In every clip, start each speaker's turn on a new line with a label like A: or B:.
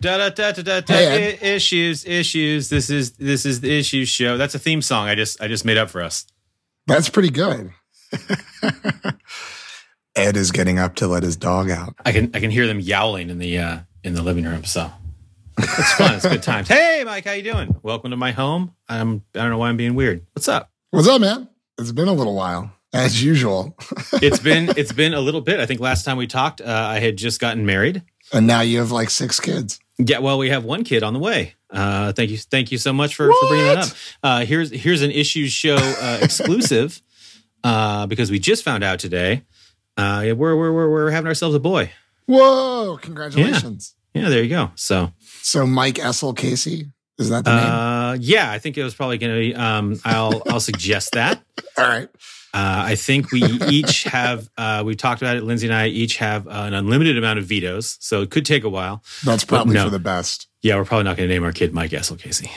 A: Da da da da da da.
B: Hey,
A: I- Issues, issues. This is this is the issues show. That's a theme song. I just I just made up for us.
B: That's pretty good.
C: Ed is getting up to let his dog out.
A: I can I can hear them yowling in the uh, in the living room. So it's fun. it's good times. Hey, Mike, how you doing? Welcome to my home. I'm I don't know why I'm being weird. What's up?
B: What's up, man? It's been a little while, as usual.
A: It's been it's been a little bit. I think last time we talked, uh, I had just gotten married.
B: and now you have like six kids.
A: Yeah, well, we have one kid on the way. Uh, thank you, thank you so much for, for bringing that up. Uh, here's here's an issues show uh, exclusive uh, because we just found out today. Uh, yeah, we're, we're we're we're having ourselves a boy.
B: Whoa! Congratulations.
A: Yeah, there you go. So
B: So Mike Essel Casey is that the name?
A: Uh, yeah, I think it was probably going to be. Um, I'll I'll suggest that.
B: All right.
A: Uh, I think we each have. Uh, we talked about it. Lindsay and I each have an unlimited amount of vetoes, so it could take a while.
B: That's probably
A: no.
B: for the best.
A: Yeah, we're probably not going to name our kid Mike Essel Casey.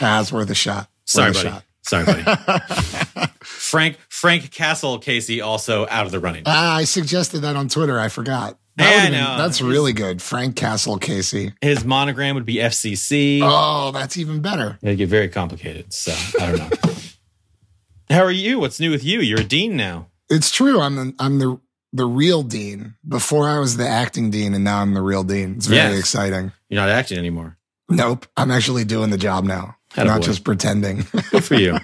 B: That's worth a shot.
A: Sorry,
B: worth a
A: buddy. Sorry, buddy. Frank Frank Castle Casey also out of the running.
B: Ah, I suggested that on Twitter. I forgot. That
A: Yeah, I
B: would've been-
A: know.
B: that's really good. Frank Castle Casey.
A: His monogram would be FCC.
B: Oh, that's even better.
A: It'd get very complicated. So I don't know. How are you? What's new with you? You're a dean now.
B: It's true. I'm the I'm the the real dean. Before I was the acting dean, and now I'm the real dean. It's very
A: Yes.
B: exciting.
A: You're not acting anymore.
B: Nope, I'm actually doing the job now,
A: Attaboy.
B: not just pretending.
A: Good for you.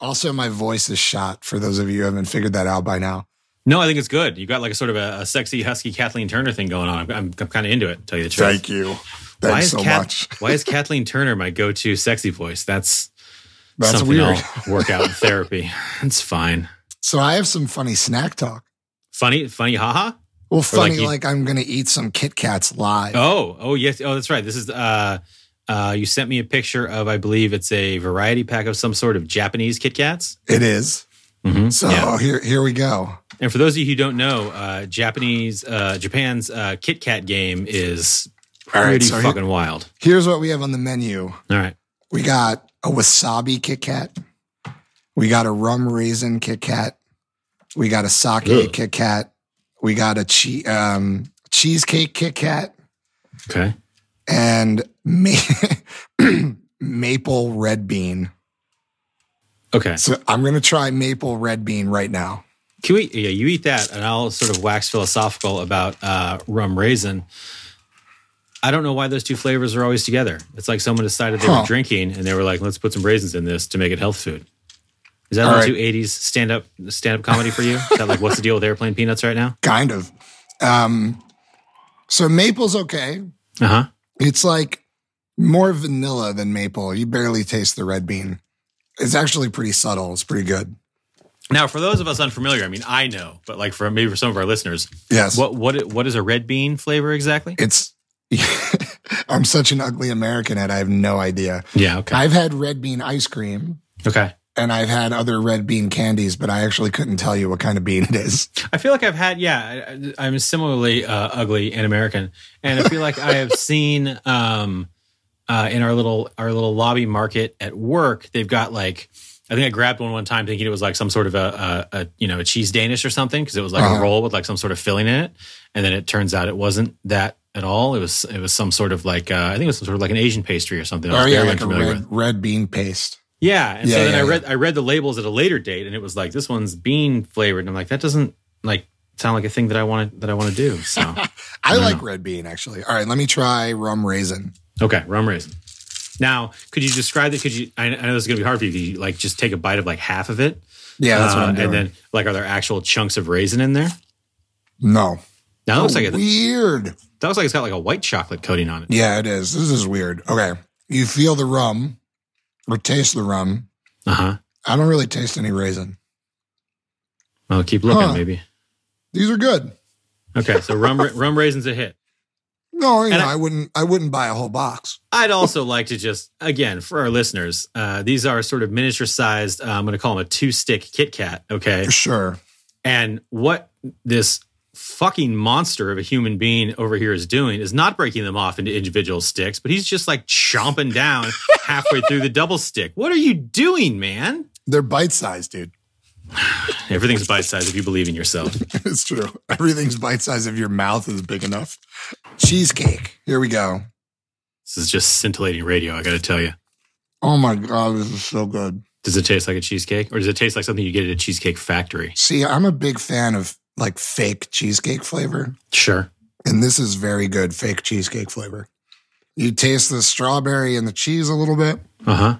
B: also, my voice is shot. For those of you who haven't figured that out by now,
A: No, I think it's good. You got like a sort of a, a sexy, husky Kathleen Turner thing going on. I'm, I'm, I'm kind of into it. to Tell you the truth.
B: you.
A: why
B: Thanks
A: is
B: so
A: Kath-
B: much.
A: why is Kathleen Turner my go-to sexy voice? That's
B: That's
A: something
B: weird.
A: I'll work out in therapy. It's fine.
B: So I have some funny snack talk.
A: Funny, funny, haha.
B: Well, funny
A: you-
B: like, I'm gonna eat some Kit Kats live.
A: Oh, oh yes. Oh, that's right. This is. uh uh, you sent me a picture of, I believe it's a variety pack of some sort of Japanese Kit Kats.
B: It is.
A: Mm-hmm.
B: So
A: Yeah.
B: here here we go.
A: And for those of you who don't know, uh, Japanese uh, Japan's uh, Kit Kat game is
B: All
A: pretty
B: right, so here-
A: fucking wild.
B: Here's what we have on the menu.
A: All right.
B: We got a wasabi Kit Kat. We got a rum raisin Kit Kat. We got a sake
A: Ugh.
B: Kit Kat. We got a che- um, cheesecake Kit Kat
A: Okay.
B: and ma- maple red bean.
A: Okay.
B: So I'm gonna try maple red bean right now.
A: Can we, yeah, you eat that, and I'll sort of wax philosophical about uh, rum raisin. I don't know why those two flavors are always together. It's like someone decided they
B: Huh.
A: were drinking and they were like, "Let's put some raisins in this to make it health food." Is that
B: All
A: like
B: right.
A: two eighties stand up stand up comedy for you? Is that like what's the deal with airplane peanuts right now?
B: Kind of. Um, so maple's okay.
A: Uh huh.
B: It's like more vanilla than maple. You barely taste the red bean. It's actually pretty subtle. It's pretty good.
A: Now, for those of us unfamiliar, I mean, I know, but like for maybe for some of our listeners,
B: Yes.
A: what what what is a red bean flavor exactly?
B: it's I'm such an ugly American and I have no idea.
A: Yeah. Okay.
B: I've had red bean ice cream
A: okay.
B: and I've had other red bean candies, but I actually couldn't tell you what kind of bean it is.
A: I feel like I've had, yeah, I, I'm similarly uh, ugly and American, and I feel like I have seen um, uh, in our little our little lobby market at work, they've got like. I think I grabbed one one time thinking it was like some sort of a, a, a you know a cheese danish or something because it was like
B: Uh-huh.
A: a roll with like some sort of filling in it, and then it turns out it wasn't that at all. It was it was some sort of like uh, I think it was some sort of like an Asian pastry or something. I was
B: oh yeah,
A: very
B: like a
A: unfamiliar
B: red,
A: with.
B: red bean paste.
A: Yeah, and
B: Yeah,
A: so then
B: yeah,
A: I read I read the labels at a later date, and it was like this one's bean flavored, and I'm like that doesn't like sound like a thing that I want to that I want to do. So
B: I
A: Wow.
B: like red bean actually. All right, let me try rum raisin.
A: okay, rum raisin. Now, could you describe it? Could you? I, I know this is gonna be hard for you. Could you like just take a bite of like half of it?
B: Yeah, that's what
A: Uh,
B: I'm doing.
A: And then like, are there actual chunks of raisin in there?
B: no.
A: Now that looks like
B: Oh,
A: it,
B: weird.
A: that looks like it's got like a white chocolate coating on it.
B: Yeah, it is. This is weird. Okay. You feel the rum or taste the rum.
A: Uh huh.
B: I don't really taste any raisin.
A: Well, keep looking,
B: Huh.
A: maybe.
B: These are good.
A: Okay, so rum ra- rum raisins a hit.
B: No, you
A: And
B: know,
A: I-
B: I wouldn't I wouldn't buy a whole box.
A: I'd also like to just, again, for our listeners, uh, these are sort of miniature sized, uh, I'm going to call them a two stick Kit Kat. Okay.
B: For sure.
A: And what this fucking monster of a human being over here is doing is not breaking them off into individual sticks, but he's just like chomping down halfway through the double stick. What are you doing, man?
B: They're bite sized, dude.
A: Everything's bite sized if you believe in yourself.
B: it's true. Everything's bite size if your mouth is big enough. Cheesecake. Here we go.
A: This is just scintillating radio. I got to tell you.
B: Oh my god, this is so good.
A: Does it taste like a cheesecake, or does it taste like something you get at a cheesecake factory?
B: See, I'm a big fan of like fake cheesecake flavor,
A: Sure.
B: and this is very good fake cheesecake flavor. You taste the strawberry and the cheese a little bit.
A: Uh huh.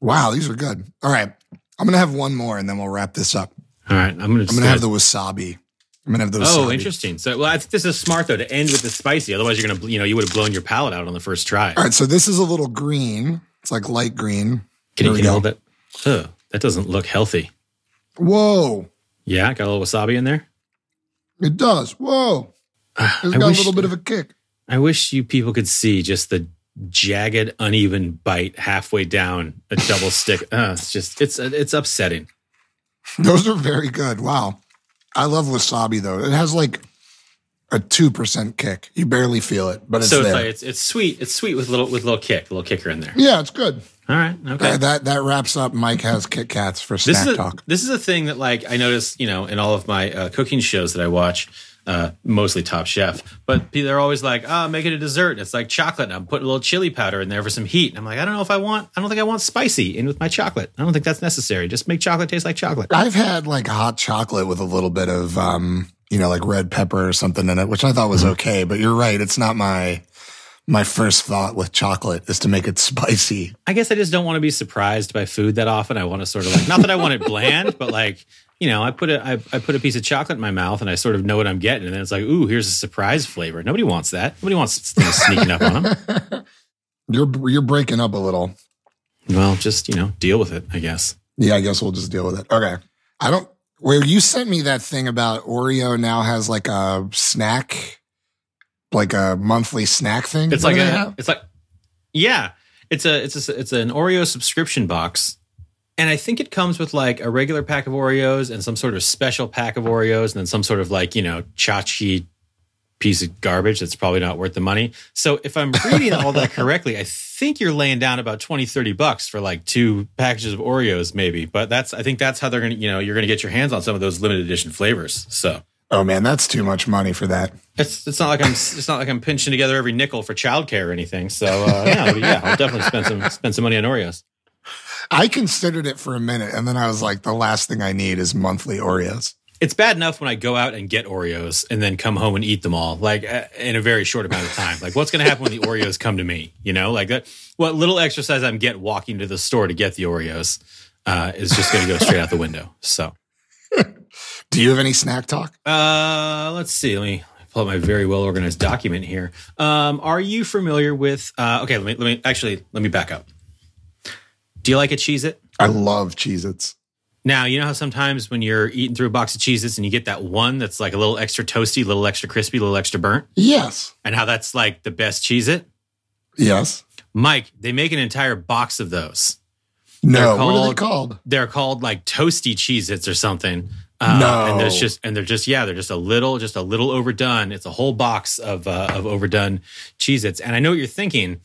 B: Wow, these are good. All right. I'm gonna have one more and then we'll wrap this up.
A: All right. I'm gonna. Just
B: I'm gonna have the wasabi. I'm gonna have the wasabi.
A: Oh, interesting. So, well, I think this is smart though to end with the spicy. Otherwise, you're gonna, you know, you would have blown your palate out on the first try.
B: All right, so this is a little green. It's like light green.
A: Can
B: here
A: you can
B: we
A: you
B: go.
A: hold that? Ugh, that doesn't look healthy.
B: Whoa.
A: Yeah, got a little wasabi in there.
B: It does. Whoa.
A: Ah,
B: It's
A: I
B: got
A: wish,
B: a little bit of a kick.
A: I wish you people could see just the jagged, uneven bite halfway down a double stick. Uh, it's just, it's, it's upsetting.
B: Those are very good. Wow. I love wasabi though. It has like a two percent kick. You barely feel it, but it's
A: so it's
B: there.
A: like it's, it's sweet. It's sweet with little with little kick, little kicker in there.
B: yeah, it's good.
A: All right, okay.
B: Uh, that that wraps up. Mike has Kit Kats for
A: this
B: snack
A: is a,
B: talk.
A: this is a thing that like I notice, you know, in all of my uh, cooking shows that I watch, uh, mostly Top Chef, but people are always like, "Ah, make it a dessert." And it's like chocolate, and I'm putting a little chili powder in there for some heat. And I'm like, I don't know if I want. I don't think I want spicy in with my chocolate. I don't think that's necessary. Just make chocolate taste like chocolate.
B: I've had like hot chocolate with a little bit of um, you know, like red pepper or something in it, which I thought
A: Mm-hmm.
B: was okay. But you're right, it's not my my first thought with chocolate is to make it spicy.
A: I guess I just don't want to be surprised by food that often. I want to sort of like, not that I want it bland, but like, you know, I put a I, I put a piece of chocolate in my mouth and I sort of know what I'm getting, and then it's like, ooh, here's a surprise flavor. Nobody wants that. Nobody wants things sneaking up on them.
B: You're you're breaking up a little.
A: Well, just you know, deal with it. I guess.
B: Yeah, I guess we'll just deal with it. Okay. I don't where you sent me that thing about Oreo now has like a snack, like a monthly snack thing.
A: It's
B: What
A: like
B: do they
A: a,
B: have?
A: it's like yeah, it's a it's a it's an Oreo subscription box, and I think it comes with like a regular pack of Oreos and some sort of special pack of Oreos, and then some sort of like you know chachi piece of garbage that's probably not worth the money. So if I'm reading all that correctly, I think you're laying down about 20 30 bucks for like two packages of Oreos maybe, but that's I think that's how they're going to, you know, you're going to get your hands on some of those limited edition flavors. So
B: oh man, that's too much money for that.
A: It's it's not like I'm it's not like I'm pinching together every nickel for childcare or anything. So uh, yeah, but yeah, I'll definitely spend some spend some money on Oreos.
B: I considered it for a minute and then I was like, the last thing I need is monthly Oreos.
A: It's bad enough when I go out and get Oreos and then come home and eat them all, like uh, in a very short amount of time. Like, what's going to happen when the Oreos come to me? You know, like that. What little exercise I'm get walking to the store to get the Oreos uh, is just going to go straight out the window. So
B: Do you have any snack talk?
A: uh, let's see. Let me pull up my very well organized document here. Um, are you familiar with? Uh, okay, let me let me actually let me back up. Do you like a cheese it?
B: I love Cheez Its.
A: Now, you know how sometimes when you're eating through a box of Cheez-Its and you get that one that's like a little extra toasty, a little extra crispy, a little extra burnt,
B: Yes.
A: and how that's like the best Cheez-It?
B: Yes.
A: Mike, they make an entire box of those.
B: No.
A: They're
B: what are they called?
A: They're called like toasty Cheez-Its or something. Uh,
B: No.
A: And there's just and they're just yeah, they're just a little just a little overdone. It's a whole box of uh, of overdone Cheez-Its. And I know what you're thinking,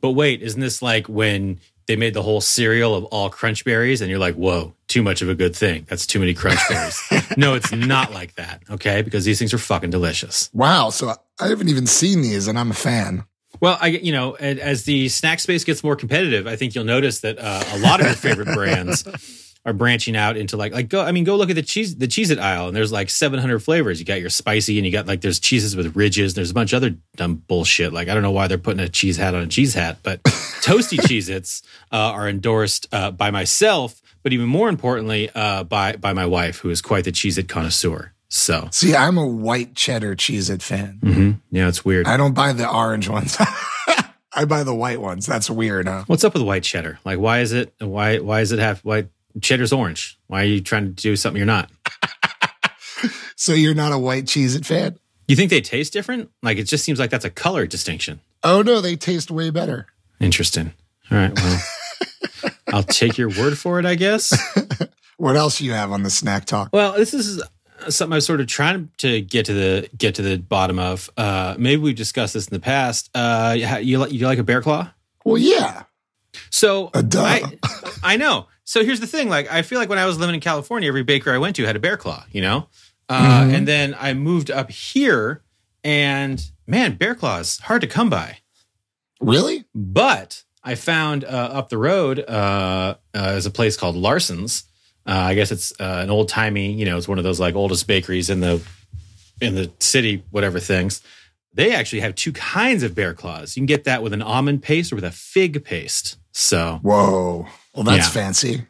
A: but wait, isn't this like when they made the whole cereal of all crunch berries and you're like, "Whoa, too much of a good thing. That's too many crunch berries." no, it's not like that, okay? Because these things are fucking delicious.
B: Wow. So I haven't even seen these and I'm a fan.
A: Well, I you know, a- as the snack space gets more competitive, I think you'll notice that uh, a lot of your favorite brands are branching out into like like go I mean go look at the cheese the cheese it aisle and there's like 700 flavors. You got your spicy and you got like there's cheeses with ridges, there's a bunch of other dumb bullshit. Like I don't know why they're putting a cheese hat on a cheese hat, but toasty Cheez-Its uh, are endorsed uh, by myself, but even more importantly uh, by by my wife who is quite the cheese it connoisseur. So,
B: See, I'm a white cheddar Cheez It fan.
A: mhm. yeah, it's weird.
B: I don't buy the orange ones. I buy the white ones. That's weird, huh?
A: What's up with white cheddar? Like, why is it? Why why is it half why cheddar's orange? Why are you trying to do something you're not?
B: So you're not a white cheese it fan?
A: You think they taste different? Like, it just seems like that's a color distinction.
B: Oh no, they taste way better.
A: Interesting. All right, well, I'll take your word for it, I guess.
B: What else you have on the snack talk?
A: Well, this is something I was sort of trying to get to the get to the bottom of. Uh, maybe we've discussed this in the past. Uh, you, you like you like a bear claw?
B: Well, yeah.
A: So
B: A duh.
A: I, I know. so here's the thing like i feel like when i was living in california every baker i went to had a bear claw you know uh, and then i moved up here and man bear claws hard to come by
B: Really?
A: but i found uh, up the road uh, uh, is a place called larson's uh, i guess it's uh, an old timey you know it's one of those like oldest bakeries in the in the city whatever things they actually have two kinds of bear claws you can get that with an almond paste or with a fig paste so
B: Whoa. Well, that's
A: Yeah.
B: fancy.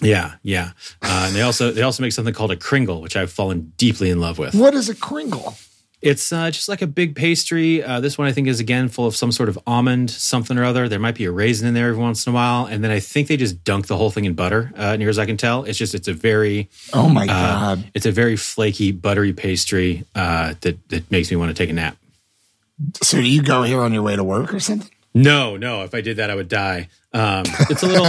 A: yeah, yeah. Uh, and they also they also make something called a kringle, which I've fallen deeply in love with.
B: What is a kringle?
A: It's uh, just like a big pastry. Uh, this one I think is again full of some sort of almond something or other. There might be a raisin in there every once in a while, and then I think they just dunk the whole thing in butter. Uh, near as I can tell, it's just it's a very
B: Oh my
A: uh,
B: god!
A: it's a very flaky buttery pastry uh, that that makes me want to take a nap.
B: So you go here on your way to work or something?
A: No, no. If I did that, I would die. Um, it's a little,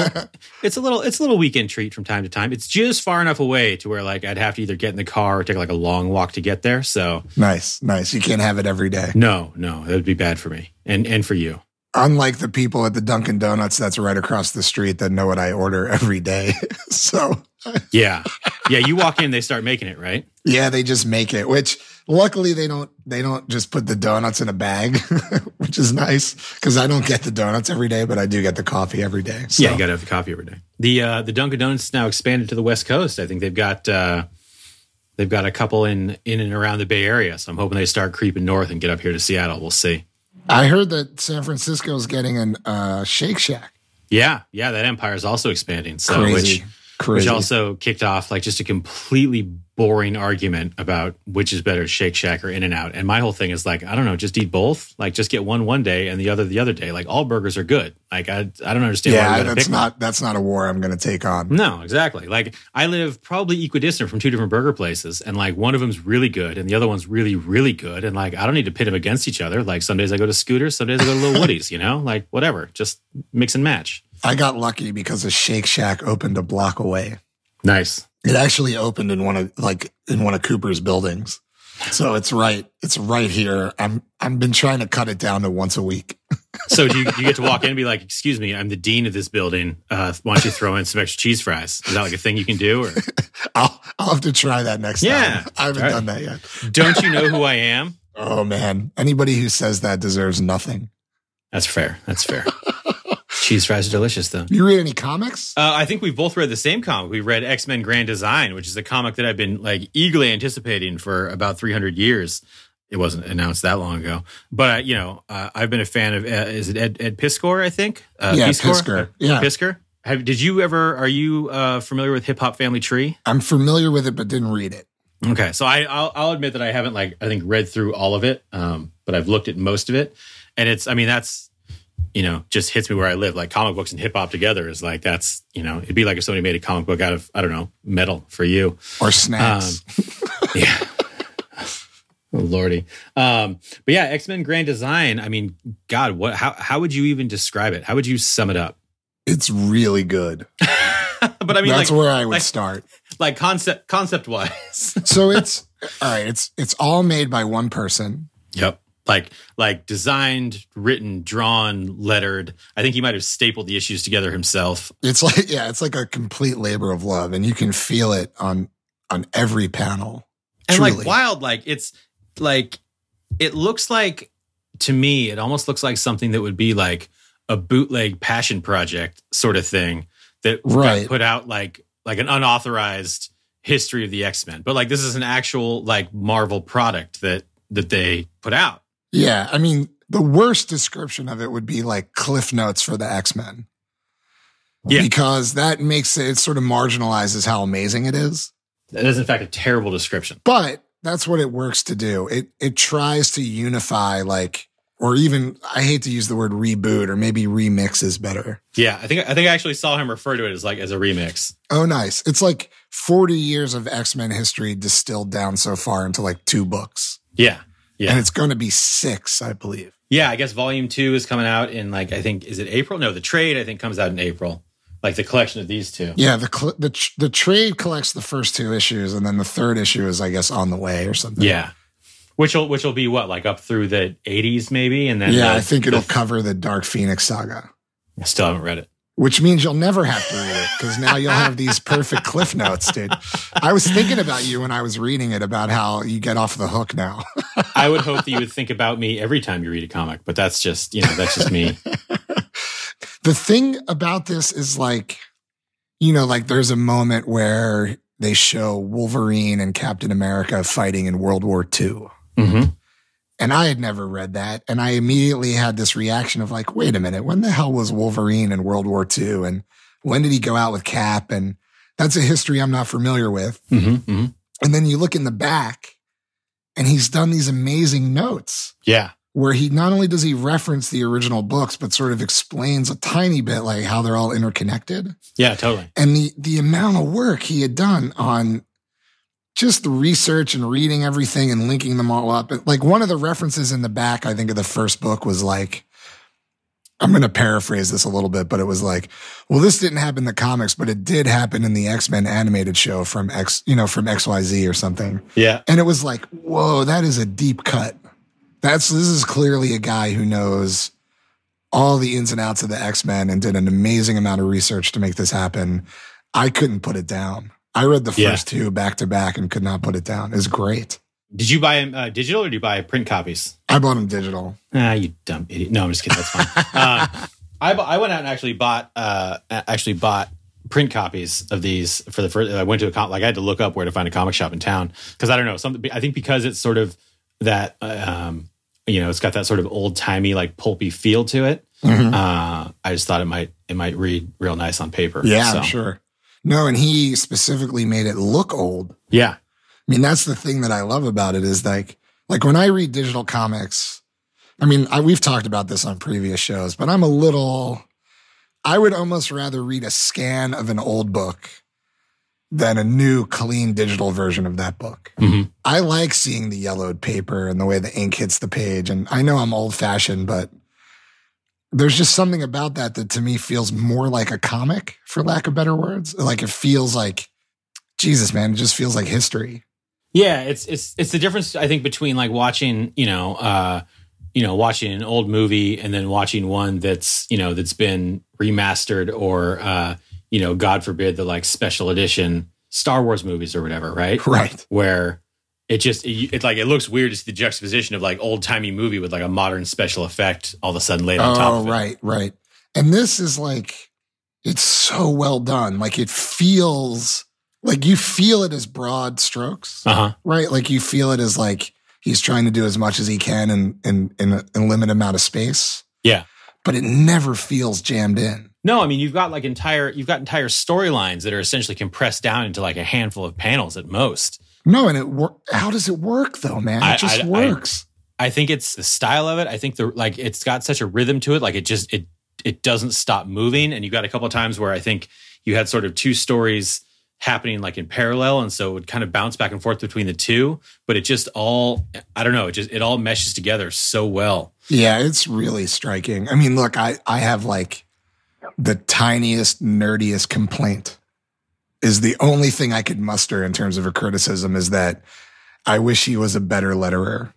A: it's a little, it's a little weekend treat from time to time. It's just far enough away to where like I'd have to either get in the car or take like a long walk to get there. So
B: Nice, nice. You can't have it every day.
A: no, no, that would be bad for me and and for you.
B: Unlike the people at the Dunkin' Donuts that's right across the street that know what I order every day. so
A: Yeah, yeah. You walk in, they start making it right.
B: yeah, they just make it. Which luckily they don't. They don't just put the donuts in a bag, which is nice because I don't get the donuts every day, but I do get the coffee every day. So.
A: Yeah, you got to have the coffee every day. The uh, the Dunkin' Donuts now expanded to the West Coast. I think they've got uh, they've got a couple in in and around the Bay Area. So I'm hoping they start creeping north and get up here to Seattle. We'll see.
B: I heard that San Francisco's getting an uh, Shake Shack.
A: Yeah, yeah. That empire is also expanding. So
B: Crazy,
A: Uh, which.
B: crazy.
A: Which also kicked off like just a completely boring argument about which is better, Shake Shack or In and Out. And my whole thing is like, I don't know, just eat both. Like, just get one one day and the other the other day. Like, all burgers are good. Like, I I don't understand. why
B: yeah,
A: we gotta
B: that's
A: pick
B: not that's not a war I'm going to take on.
A: one. No, exactly. Like, I live probably equidistant from two different burger places, and like one of them's really good, and the other one's really really good. And like, I don't need to pit them against each other. Like, some days I go to Scooter, some days I go to Little Woody's. You know, like whatever, just mix and match.
B: I got lucky because a Shake Shack opened a block away.
A: Nice.
B: It actually opened in one of like in one of Cooper's buildings. So it's right. It's right here. I'm I've been trying to cut it down to once a week.
A: So do you, do you get to walk in and be like, "Excuse me, I'm the dean of this building. Uh, why don't you throw in some extra cheese fries? Is that like a thing you can do? Or
B: I'll I'll have to try that next
A: Yeah.
B: time. I haven't
A: All right.
B: done that yet.
A: don't you know who I am?
B: Oh man. Anybody who says that deserves nothing.
A: That's fair. That's fair. cheese fries are delicious, though.
B: You read any comics?
A: Uh, I think we both read the same comic. We read X Men Grand Design, which is a comic that I've been like eagerly anticipating for about 300 years. It wasn't announced that long ago, but uh, you know, uh, I've been a fan of. Uh, is it Ed, Ed Piskor? I think. Uh,
B: yeah,
A: Piskor?
B: Pisker. Yeah.
A: Pisker. Have, did you ever? Are you uh, familiar with Hip Hop Family Tree?
B: I'm familiar with it but didn't read it.
A: Okay, so I I'll, I'll admit that I haven't like I think read through all of it, um, but I've looked at most of it, and it's I mean that's you know just hits me where I live. Like comic books and hip hop together is like that's you know it'd be like if somebody made a comic book out of I don't know metal for you.
B: Or snacks.
A: Um, Yeah. Oh, Lordy, um, but yeah, X Men Grand Design. I mean, God, what? How how would you even describe it? How would you sum it up?
B: it's really good.
A: but I mean,
B: That's
A: like
B: where I would
A: like-
B: start.
A: like concept concept wise.
B: So it's all right, it's it's all made by one person.
A: Yep. Like like designed, written, drawn, lettered. I think he might have stapled the issues together himself.
B: It's like yeah, it's like a complete labor of love, and you can feel it on on every panel.
A: And like
B: Truly.
A: wild, like it's like it looks like to me, it almost looks like something that would be like a bootleg passion project sort of thing that got
B: Right.
A: put out like like an unauthorized history of the X-Men. But like this is an actual like Marvel product that that they put out.
B: Yeah, I mean, the worst description of it would be like Cliff Notes for the X Men.
A: Yeah.
B: Because that makes it, it sort of marginalizes how amazing it is.
A: That is in fact a terrible description.
B: But that's what it works to do. It it tries to unify like or even I hate to use the word reboot or maybe remix is better.
A: Yeah, I think I think I actually saw him refer to it as like as a remix.
B: Oh nice. It's like 40 years of X-Men history distilled down so far into like two books.
A: Yeah. Yeah.
B: And it's going to be 6, I believe.
A: Yeah, I guess volume two is coming out in like I think is it April? No, the trade I think comes out in April. Like the collection of these two.
B: Yeah, the cl- the tr- the trade collects the first two issues, and then the third issue is, I guess, on the way or something.
A: Yeah. Which will which will be what, like up through the eighties maybe? And then
B: yeah.
A: the-
B: I think it'll
A: the-
B: cover the Dark Phoenix saga.
A: I still haven't read it.
B: which means you'll never have to read it because now you'll have these perfect cliff notes, dude. I was thinking about you when I was reading it about how you get off the hook now.
A: I would hope that you would think about me every time you read a comic, but that's just, you know, that's just me.
B: the thing about this is like, you know, like there's a moment where they show Wolverine and Captain America fighting in World War II.
A: Mm-hmm.
B: And I had never read that. And I immediately had this reaction of like, wait a minute, when the hell was Wolverine in World War II? And when did he go out with Cap? And that's a history I'm not familiar with.
A: Mm-hmm. hmm
B: And then you look in the back and he's done these amazing notes
A: Yeah.
B: where he not only does he reference the original books, but sort of explains a tiny bit like how they're all interconnected
A: Yeah, totally.
B: and the the amount of work he had done on just the research and reading everything and linking them all up. Like one of the references in the back, I think of the first book was like, I'm going to paraphrase this a little bit, but it was like, well, this didn't happen in the comics, but it did happen in the X Men animated show from X, you know, from X Y Z or something.
A: Yeah.
B: And it was like, whoa, that is a deep cut. That's this is clearly a guy who knows all the ins and outs of the X Men and did an amazing amount of research to make this happen. I couldn't put it down. I read the
A: Yeah.
B: first two back to back and could not put it down. It's great.
A: Did you buy uh, digital or did you buy print copies?
B: I bought them digital.
A: Ah, you dumb idiot. No, I'm just kidding. That's fine. uh, I, bu- I went out and actually bought uh, a- actually bought print copies of these for the first. I went to a com- like I had to look up where to find a comic shop in town because I don't know something. I think because it's sort of that uh, um, you know it's got that sort of old timey like pulpy feel to it.
B: Mm-hmm.
A: Uh, I just thought it might it might read real nice on paper.
B: Yeah,
A: So,
B: I'm sure. No, and he specifically made it look old.
A: yeah,
B: I mean, that's the thing that I love about it is like, like when I read digital comics, I mean, I, we've talked about this on previous shows, but I'm a little, I would almost rather read a scan of an old book than a new clean digital version of that book.
A: Mhm.
B: I like seeing the yellowed paper and the way the ink hits the page. And I know I'm old fashioned, but there's just something about that that to me feels more like a comic, for lack of better words. Like it feels like, Jesus, man, it just feels like history.
A: Yeah, it's it's it's the difference I think between like watching, you know, uh you know, watching an old movie and then watching one that's, you know, that's been remastered or uh, you know, god forbid the like special edition Star Wars movies or whatever, right?
B: Right.
A: Where it just it, it like it looks weird it's the juxtaposition of like old-timey movie with like a modern special effect all of a sudden laid on top
B: Oh,
A: of it.
B: right, right. And this is like, it's so well done. Like it feels like you feel it as broad strokes,
A: Uh-huh.
B: right? Like you feel it as like he's trying to do as much as he can in in in a, in a limited amount of space.
A: Yeah.
B: But it never feels jammed in.
A: No, I mean you've got like entire you've got entire storylines that are essentially compressed down into like a handful of panels at most.
B: No, and it wor- how does it work though, man? It
A: I-
B: just
A: I- I-
B: works.
A: I think it's the style of it. I think the like it's got such a rhythm to it. Like it just it it doesn't stop moving. And you got a couple of times where I think you had sort of two stories happening like in parallel, and so it would kind of bounce back and forth between the two. But it just all I don't know. It just it all meshes together so well.
B: yeah, it's really striking. I mean, look, I I have like the tiniest nerdiest complaint is the only thing I could muster in terms of a criticism is that I wish he was a better letterer.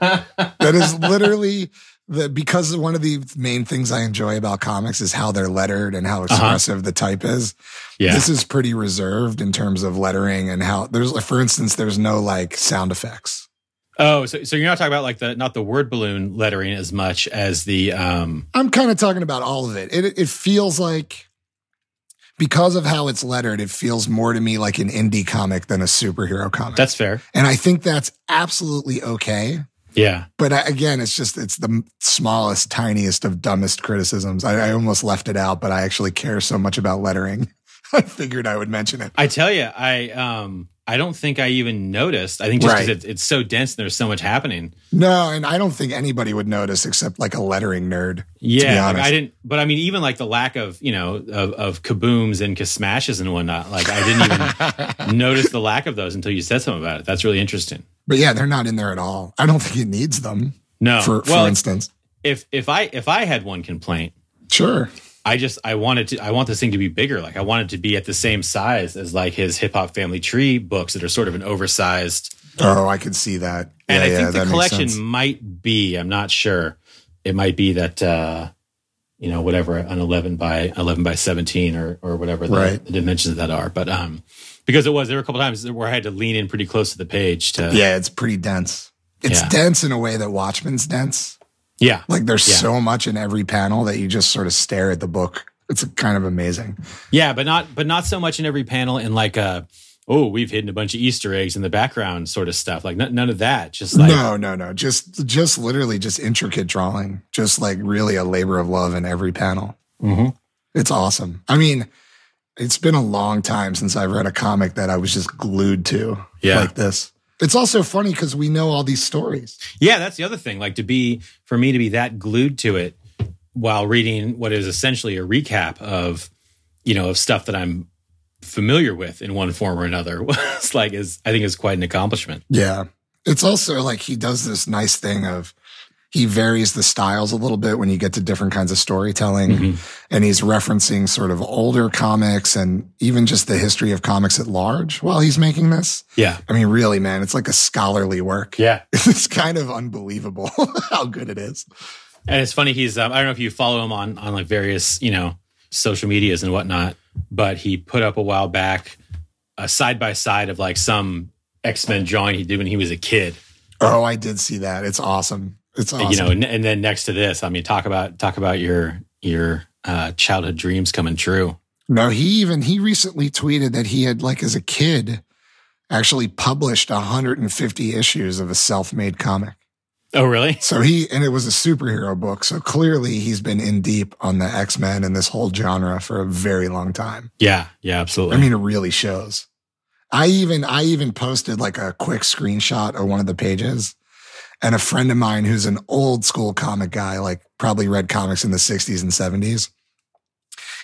B: That is literally the because one of the main things I enjoy about comics is how they're lettered and how expressive the type is.
A: yeah.
B: This is pretty reserved in terms of lettering and how there's for instance there's no like sound effects.
A: oh, so so you're not talking about like the not the word balloon lettering as much as the um
B: I'm kind of talking about all of it. It it feels like because of how it's lettered, it feels more to me like an indie comic than a superhero comic.
A: that's fair.
B: and I think that's absolutely okay.
A: Yeah.
B: But I, again, it's just it's the smallest, tiniest of dumbest criticisms. I, I almost left it out, but I actually care so much about lettering. I figured I would mention it.
A: I tell you, I um I don't think I even noticed. I think just because it,
B: Right.
A: it's so dense and there's so much happening.
B: No, and I don't think anybody would notice except like a lettering nerd. be
A: Yeah, like,
B: honest.
A: I didn't. But I mean, even like the lack of you know of, of kabooms and smashes and whatnot. Like I didn't even notice the lack of those until you said something about it. That's really interesting.
B: But yeah, they're not in there at all. I don't think it needs them.
A: No,
B: For
A: well,
B: for instance,
A: if if I if I had one complaint,
B: sure.
A: I just I wanted to I want this thing to be bigger. Like I want it to be at the same size as like his hip hop family tree books that are sort of an oversized.
B: Oh, I could see that.
A: And
B: Yeah,
A: I
B: yeah,
A: think
B: that
A: the
B: makes sense.
A: collection might be. I'm not sure. It might be that uh you know, whatever an 11 by 11 by 17 or, or whatever the,
B: Right.
A: the dimensions of that are. But, um, because it was, there were a couple times where I had to lean in pretty close to the page to,
B: Yeah, it's pretty dense. It's
A: Yeah.
B: dense in a way that Watchmen's dense.
A: yeah,
B: Like there's
A: Yeah.
B: so much in every panel that you just sort of stare at the book. It's kind of amazing.
A: Yeah, but not but not so much in every panel in like a oh we've hidden a bunch of Easter eggs in the background sort of stuff. Like n- none of that. Just like
B: no, no, no. Just just literally just intricate drawing. Just like really a labor of love in every panel.
A: Mhm.
B: It's awesome. I mean, it's been a long time since I've read a comic that I was just glued to
A: Yeah.
B: like this. It's also funny because we know all these stories.
A: yeah, that's the other thing. Like to be for me to be that glued to it while reading what is essentially a recap of you know of stuff that I'm familiar with in one form or another was like is I think is quite an accomplishment.
B: Yeah. It's also like he does this nice thing of he varies the styles a little bit when you get to different kinds of storytelling.
A: Mhm.
B: And he's referencing sort of older comics and even just the history of comics at large while he's making this.
A: Yeah.
B: I mean, really, man, it's like a scholarly work.
A: Yeah.
B: It's kind of unbelievable how good it is.
A: And it's funny he's um, I don't know if you follow him on on like various you know social medias and whatnot, but he put up a while back a side by side of like some X Men drawing he did when he was a kid,
B: Oh, I did see that. It's awesome. It's awesome.
A: Uh, you know, and, and then next to this, I mean, talk about talk about your your uh, childhood dreams coming true.
B: No, he even he recently tweeted that he had like as a kid actually published 150 issues of a self-made comic.
A: Oh, really?
B: So he and it was a superhero book. So clearly he's been in deep on the X-Men and this whole genre for a very long time.
A: Yeah, yeah, absolutely.
B: I mean, it really shows. I even I even posted like a quick screenshot of one of the pages. And a friend of mine who's an old school comic guy, like probably read comics in the 60s and 70s.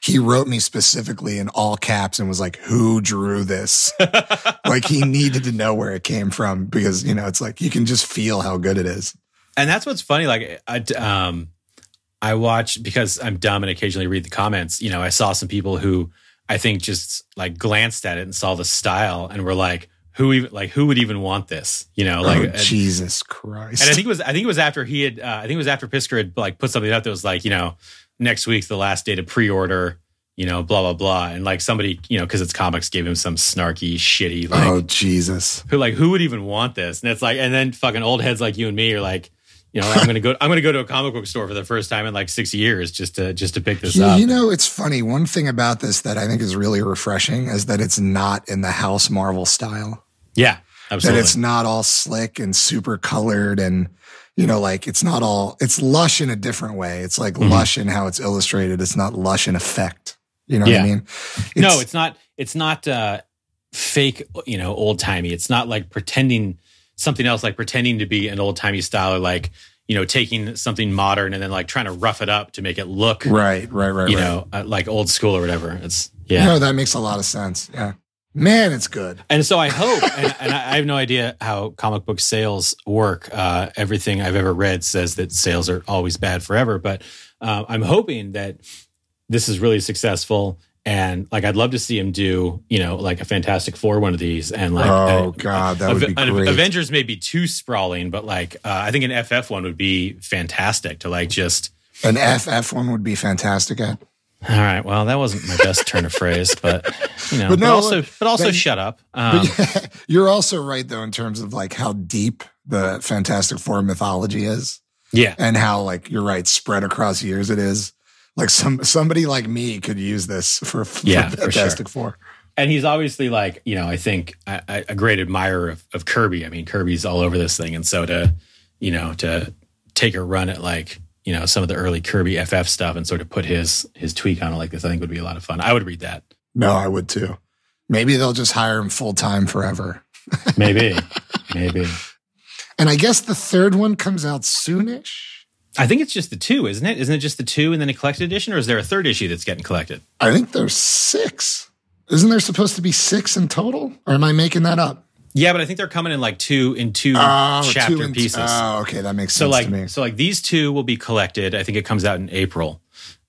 B: He wrote me specifically in all caps and was like, Who drew this? like he needed to know where it came from because, you know, it's like you can just feel how good it is.
A: and that's what's funny. Like I, um, I watch because I'm dumb and occasionally read the comments. You know, I saw some people who I think just like glanced at it and saw the style and were like, "Who even like who would even want this?" You know, like.
B: oh,
A: and-
B: Jesus Christ.
A: and I think it was I think it was after he had uh, I think it was after Pisker had like put something out that was like you know next week's the last day to pre-order you know blah blah blah and like somebody you know because it's comics gave him some snarky shitty like
B: oh, Jesus.
A: who like who would even want this? And it's like, and then fucking old heads like you and me are like, you know, I'm gonna go, I'm gonna go to a comic book store for the first time in like six years just to just to pick this
B: Yeah,
A: up.
B: you know, it's funny. One thing about this that I think is really refreshing is that it's not in the House Marvel style.
A: yeah,
B: That
A: absolutely.
B: it's not all slick and super colored and, you know, like it's not all, it's lush in a different way. It's like
A: Mhm.
B: lush in how it's illustrated. It's not lush in effect. You know
A: Yeah.
B: what I mean?
A: no, it's not. It's not uh, fake. You know, old timey. It's not like pretending something else, like pretending to be an old timey style, or like you know, taking something modern and then like trying to rough it up to make it look,
B: right, right, right,
A: you
B: right.
A: know, uh, like old school or whatever. It's yeah.
B: No, that makes a lot of sense. Yeah. Man, it's good.
A: And so I hope, and, and I I have no idea how comic book sales work. Uh, everything I've ever read says that sales are always bad forever, but uh, I'm hoping that this is really successful. And like, I'd love to see him do, you know, like a Fantastic Four one of these, and like,
B: oh,
A: a-
B: God, that would be
A: Ave- an
B: great.
A: Avengers may be too sprawling, but like, uh, I think an FF one would be fantastic to like just.
B: An FF one would be fantastic. Ed.
A: All right, well, that wasn't my best turn of phrase, but you know, but,
B: But no,
A: also, but also,
B: but-
A: shut up. Um,
B: But yeah, you're also right though in terms of like how deep the Fantastic Four mythology is
A: yeah.
B: and how like you're right spread across years it is. Like some somebody like me could use this for, for
A: Yeah, for sure.
B: Fantastic Four.
A: and he's obviously like you know i think a- a, a great admirer of, of kirby i mean kirby's all over this thing and so to you know to take a run at like you know some of the early kirby ff stuff and sort of put his his tweak on it like this i think would be a lot of fun i would read that
B: No, I would too. Maybe they'll just hire him full time forever.
A: maybe maybe
B: And I guess the third one comes out soonish.
A: i think it's just the two isn't it isn't it just the two and then a collected edition or is there a third issue that's getting collected
B: I think there's six. Isn't there supposed to be six in total? Or am I making that up?
A: yeah but i think they're coming in like two in two
B: Oh,
A: Mm, chapter
B: two and-
A: pieces
B: Oh, okay, that makes
A: so
B: sense
A: like
B: to me.
A: so like these two will be collected i think it comes out in april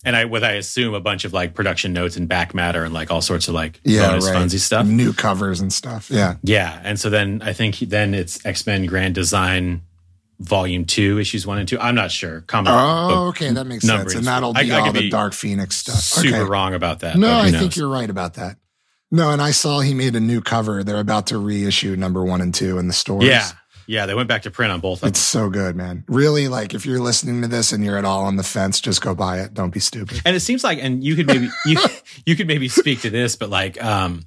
A: and i what i assume a bunch of like production notes and back matter and like all sorts of like
B: Yeah,
A: bonus
B: right. Mm-hmm.
A: funsy stuff
B: New covers and stuff. Yeah.
A: yeah and so then i think then it's x-men grand design volume two, issues one and two. I'm not sure. Comic
B: Oh,
A: book
B: okay, that makes sense.
A: numbering.
B: And that'll be
A: I, I
B: all
A: could
B: the
A: be
B: Dark Phoenix stuff.
A: super
B: okay.
A: wrong about that.
B: No,
A: but who
B: I
A: knows?
B: think you're right about that. No, and I saw he made a new cover. They're about to reissue number one and two in the stores.
A: Yeah, yeah. They went back to print on both of
B: It's
A: them.
B: so good, man. Really, like if you're listening to this and you're at all on the fence, just go buy it. Don't be stupid.
A: And it seems like, and you could maybe you you could maybe speak to this, but like, um,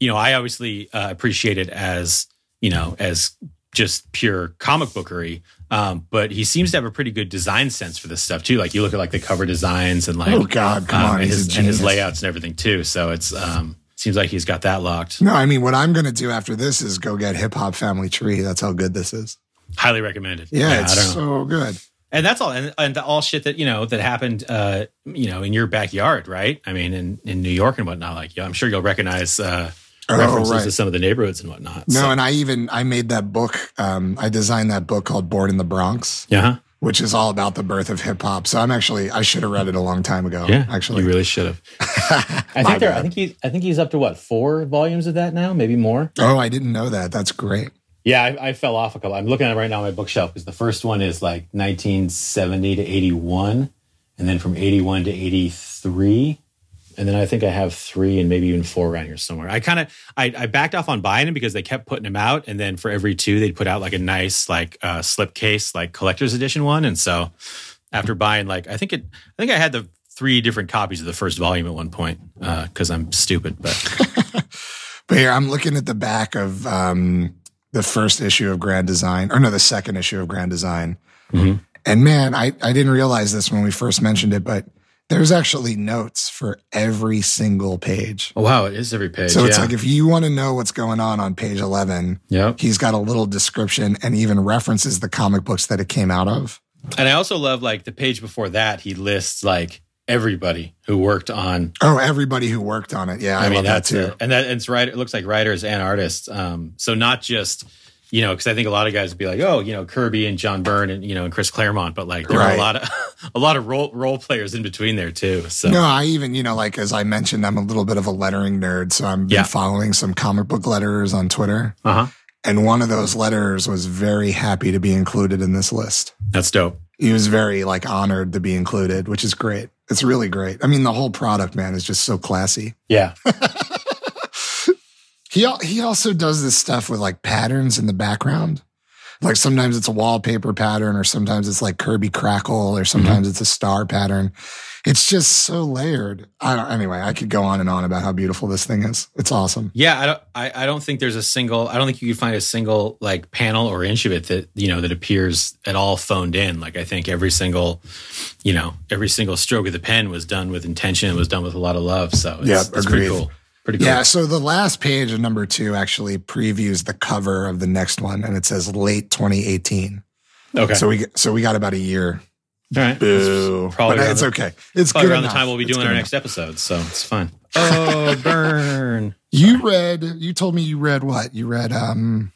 A: you know, I obviously uh, appreciate it as you know as just pure comic bookery. Um, but he seems to have a pretty good design sense for this stuff too. Like you look at like the cover designs and like
B: Oh God, come
A: um,
B: on,
A: and,
B: he's a
A: his, and his
B: genius.
A: layouts and everything too. So it's um, seems like he's got that locked.
B: No, I mean what I'm gonna do after this is go get Hip Hop Family Tree. That's how good this is.
A: Highly recommended.
B: Yeah,
A: I don't
B: it's
A: know.
B: so good.
A: and that's all, and, and all shit that you know that happened, uh, you know, in your backyard, right? I mean, in, in New York and whatnot. Like, yeah, I'm sure you'll recognize uh,
B: Oh,
A: references
B: right.
A: to some of the neighborhoods and whatnot.
B: No,
A: so,
B: and I even I made that book. Um, I designed that book called Born in the Bronx,
A: yeah,
B: which is all about the birth of hip hop. So I'm actually I should have read it a long time ago.
A: yeah,
B: actually,
A: you really should have. I
B: My
A: think there,
B: bad.
A: I think he's, I think he's up to what four volumes of that now, maybe more.
B: Oh, I didn't know that. That's great.
A: Yeah, I, I fell off a couple. I'm looking at it right now on my bookshelf because the first one is like 1970 to 81, and then from 81 to 83. And then I think I have three and maybe even four around here somewhere. I kind of I, I backed off on buying them because they kept putting them out, and then for every two they'd put out like a nice like uh, slipcase like collector's edition one. And so after buying like I think it I think I had the three different copies of the first volume at one point because I'm stupid, but
B: But here I'm looking at the back of um, the first issue of Grand Design, or no, the second issue of Grand Design.
A: Mhm.
B: And man, I I didn't realize this when we first mentioned it, but there's actually notes for every single page.
A: oh, wow, it is every page.
B: So it's
A: yeah.
B: like if you want to know what's going on on page 11,
A: yep.
B: he's got a little description and even references the comic books that it came out of.
A: And I also love like the page before that, he lists like everybody who worked on.
B: Oh, everybody who worked on it. Yeah, I, love that
A: that's
B: too.
A: it. And that and it's right. It looks like writers and artists. Um, so not just you know because I think a lot of guys would be like, oh, you know, Kirby and John Byrne and you know and Chris Claremont, but like there were
B: Right.
A: a lot of a lot of role role players in between there too. So
B: No, I even, you know, like as I mentioned, I'm a little bit of a lettering nerd. So I'm been
A: Yeah.
B: following some comic book letterers on Twitter.
A: uh huh,
B: And one of those letterers was very happy to be included in this list.
A: that's dope.
B: He was very like honored to be included, which is great. It's really great. I mean, the whole product, man, is just so classy.
A: Yeah,
B: He al- he also does this stuff with like patterns in the background. Like sometimes it's a wallpaper pattern, or sometimes it's like Kirby crackle,
A: Mm-hmm.
B: or sometimes it's a star pattern. It's just so layered. I don't, anyway, I could go on and on about how beautiful this thing is. It's awesome.
A: yeah. I don't I, I don't think there's a single. I don't think you could find a single like panel or inch of it that you know that appears at all phoned in. Like I think every single you know, every single stroke of the pen was done with intention, was done with a lot of love. So it's,
B: Yeah,
A: it's pretty
B: agreed.
A: cool. Pretty cool.
B: Yeah. So the last page of number two actually previews the cover of the next one, and it says late 2018.
A: Okay.
B: So we get- so we got about a year.
A: All right.
B: Boo.
A: probably
B: but
A: around
B: it's
A: the-
B: okay. It's
A: Probably
B: good
A: around
B: enough.
A: the time we'll be
B: It's
A: doing
B: good
A: our
B: enough.
A: next episode. So it's fine. Oh, burn.
B: You read. You told me you read what? You read. Um,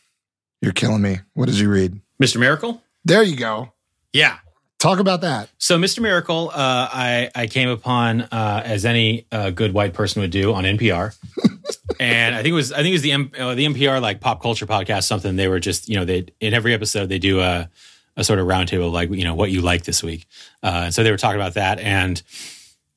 B: you're killing me. What did you read?
A: Mr. Miracle?
B: There you go.
A: Yeah.
B: Talk about that.
A: So, Mr. Miracle, uh, I I came upon uh, as any uh, good white person would do on NPR, and I think it was I think it was the M, uh, the NPR like pop culture podcast something. They were just you know they in every episode they do a a sort of roundtable of, like you know what you like this week, uh, and so they were talking about that and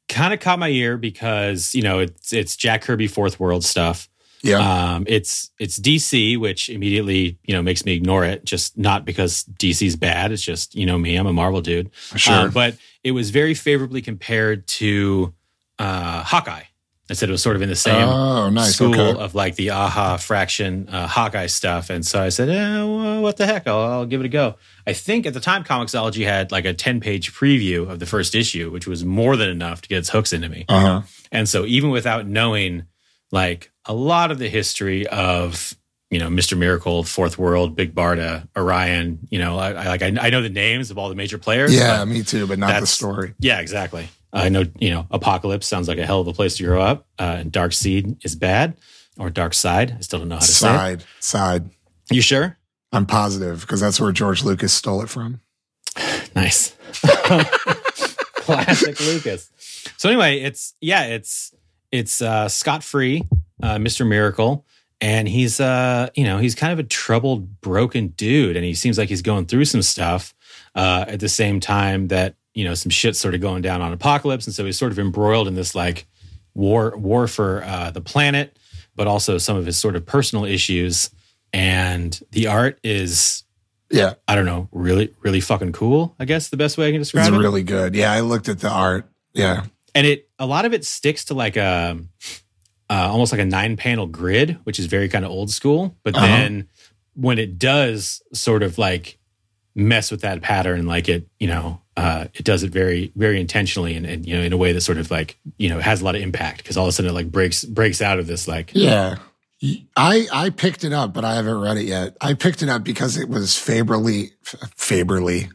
A: kind of caught my ear because you know it's it's Jack Kirby Fourth World stuff.
B: Yeah.
A: Um, it's it's DC, which immediately you know makes me ignore it. Just not because DC's bad. It's just you know me. I'm a Marvel dude.
B: Sure.
A: Um, but it was very favorably compared to uh, Hawkeye. I said it was sort of in the same
B: oh, nice.
A: school
B: Okay.
A: of like the aha fraction uh, Hawkeye stuff. And so I said, eh, well, what the heck? I'll, I'll give it a go. I think at the time, Comixology had like a 10 page preview of the first issue, which was more than enough to get its hooks into me.
B: Uh huh.
A: And so even without knowing like a lot of the history of, you know, Mr. Miracle, Fourth World, Big Barda, Orion, you know, I, I like I, I know the names of all the major players.
B: Yeah,
A: but-
B: me too, but not the
A: That's-
B: story.
A: yeah, exactly. I know, you know, Apocalypse sounds like a hell of a place to grow up. Uh, and Dark Seed is bad or Dark Side. I still don't know how to say
B: Side, side.
A: it. You sure?
B: I'm positive because that's where George Lucas stole it from.
A: Nice. Classic Lucas. So anyway, it's yeah, it's it's uh, Scott Free, uh, Mr. Miracle, and he's uh you know he's kind of a troubled broken dude and he seems like he's going through some stuff uh at the same time that you know some shit's sort of going down on apocalypse and so he's sort of embroiled in this like war war for uh the planet but also some of his sort of personal issues and the art is
B: Yeah,
A: i don't know really really fucking cool i guess the best way i can
B: it's
A: describe it
B: really good. Yeah, I looked at the art. Yeah,
A: and it a lot of it sticks to like a uh, almost like a nine panel grid which is very kind of old school but
B: Uh-huh.
A: then when it does sort of like mess with that pattern like it you know uh, it does it very very intentionally and, and you know in a way that sort of like you know has a lot of impact because all of a sudden it like breaks breaks out of this like
B: yeah. I I picked it up, but I haven't read it yet. I picked it up because it was favorably f- favorably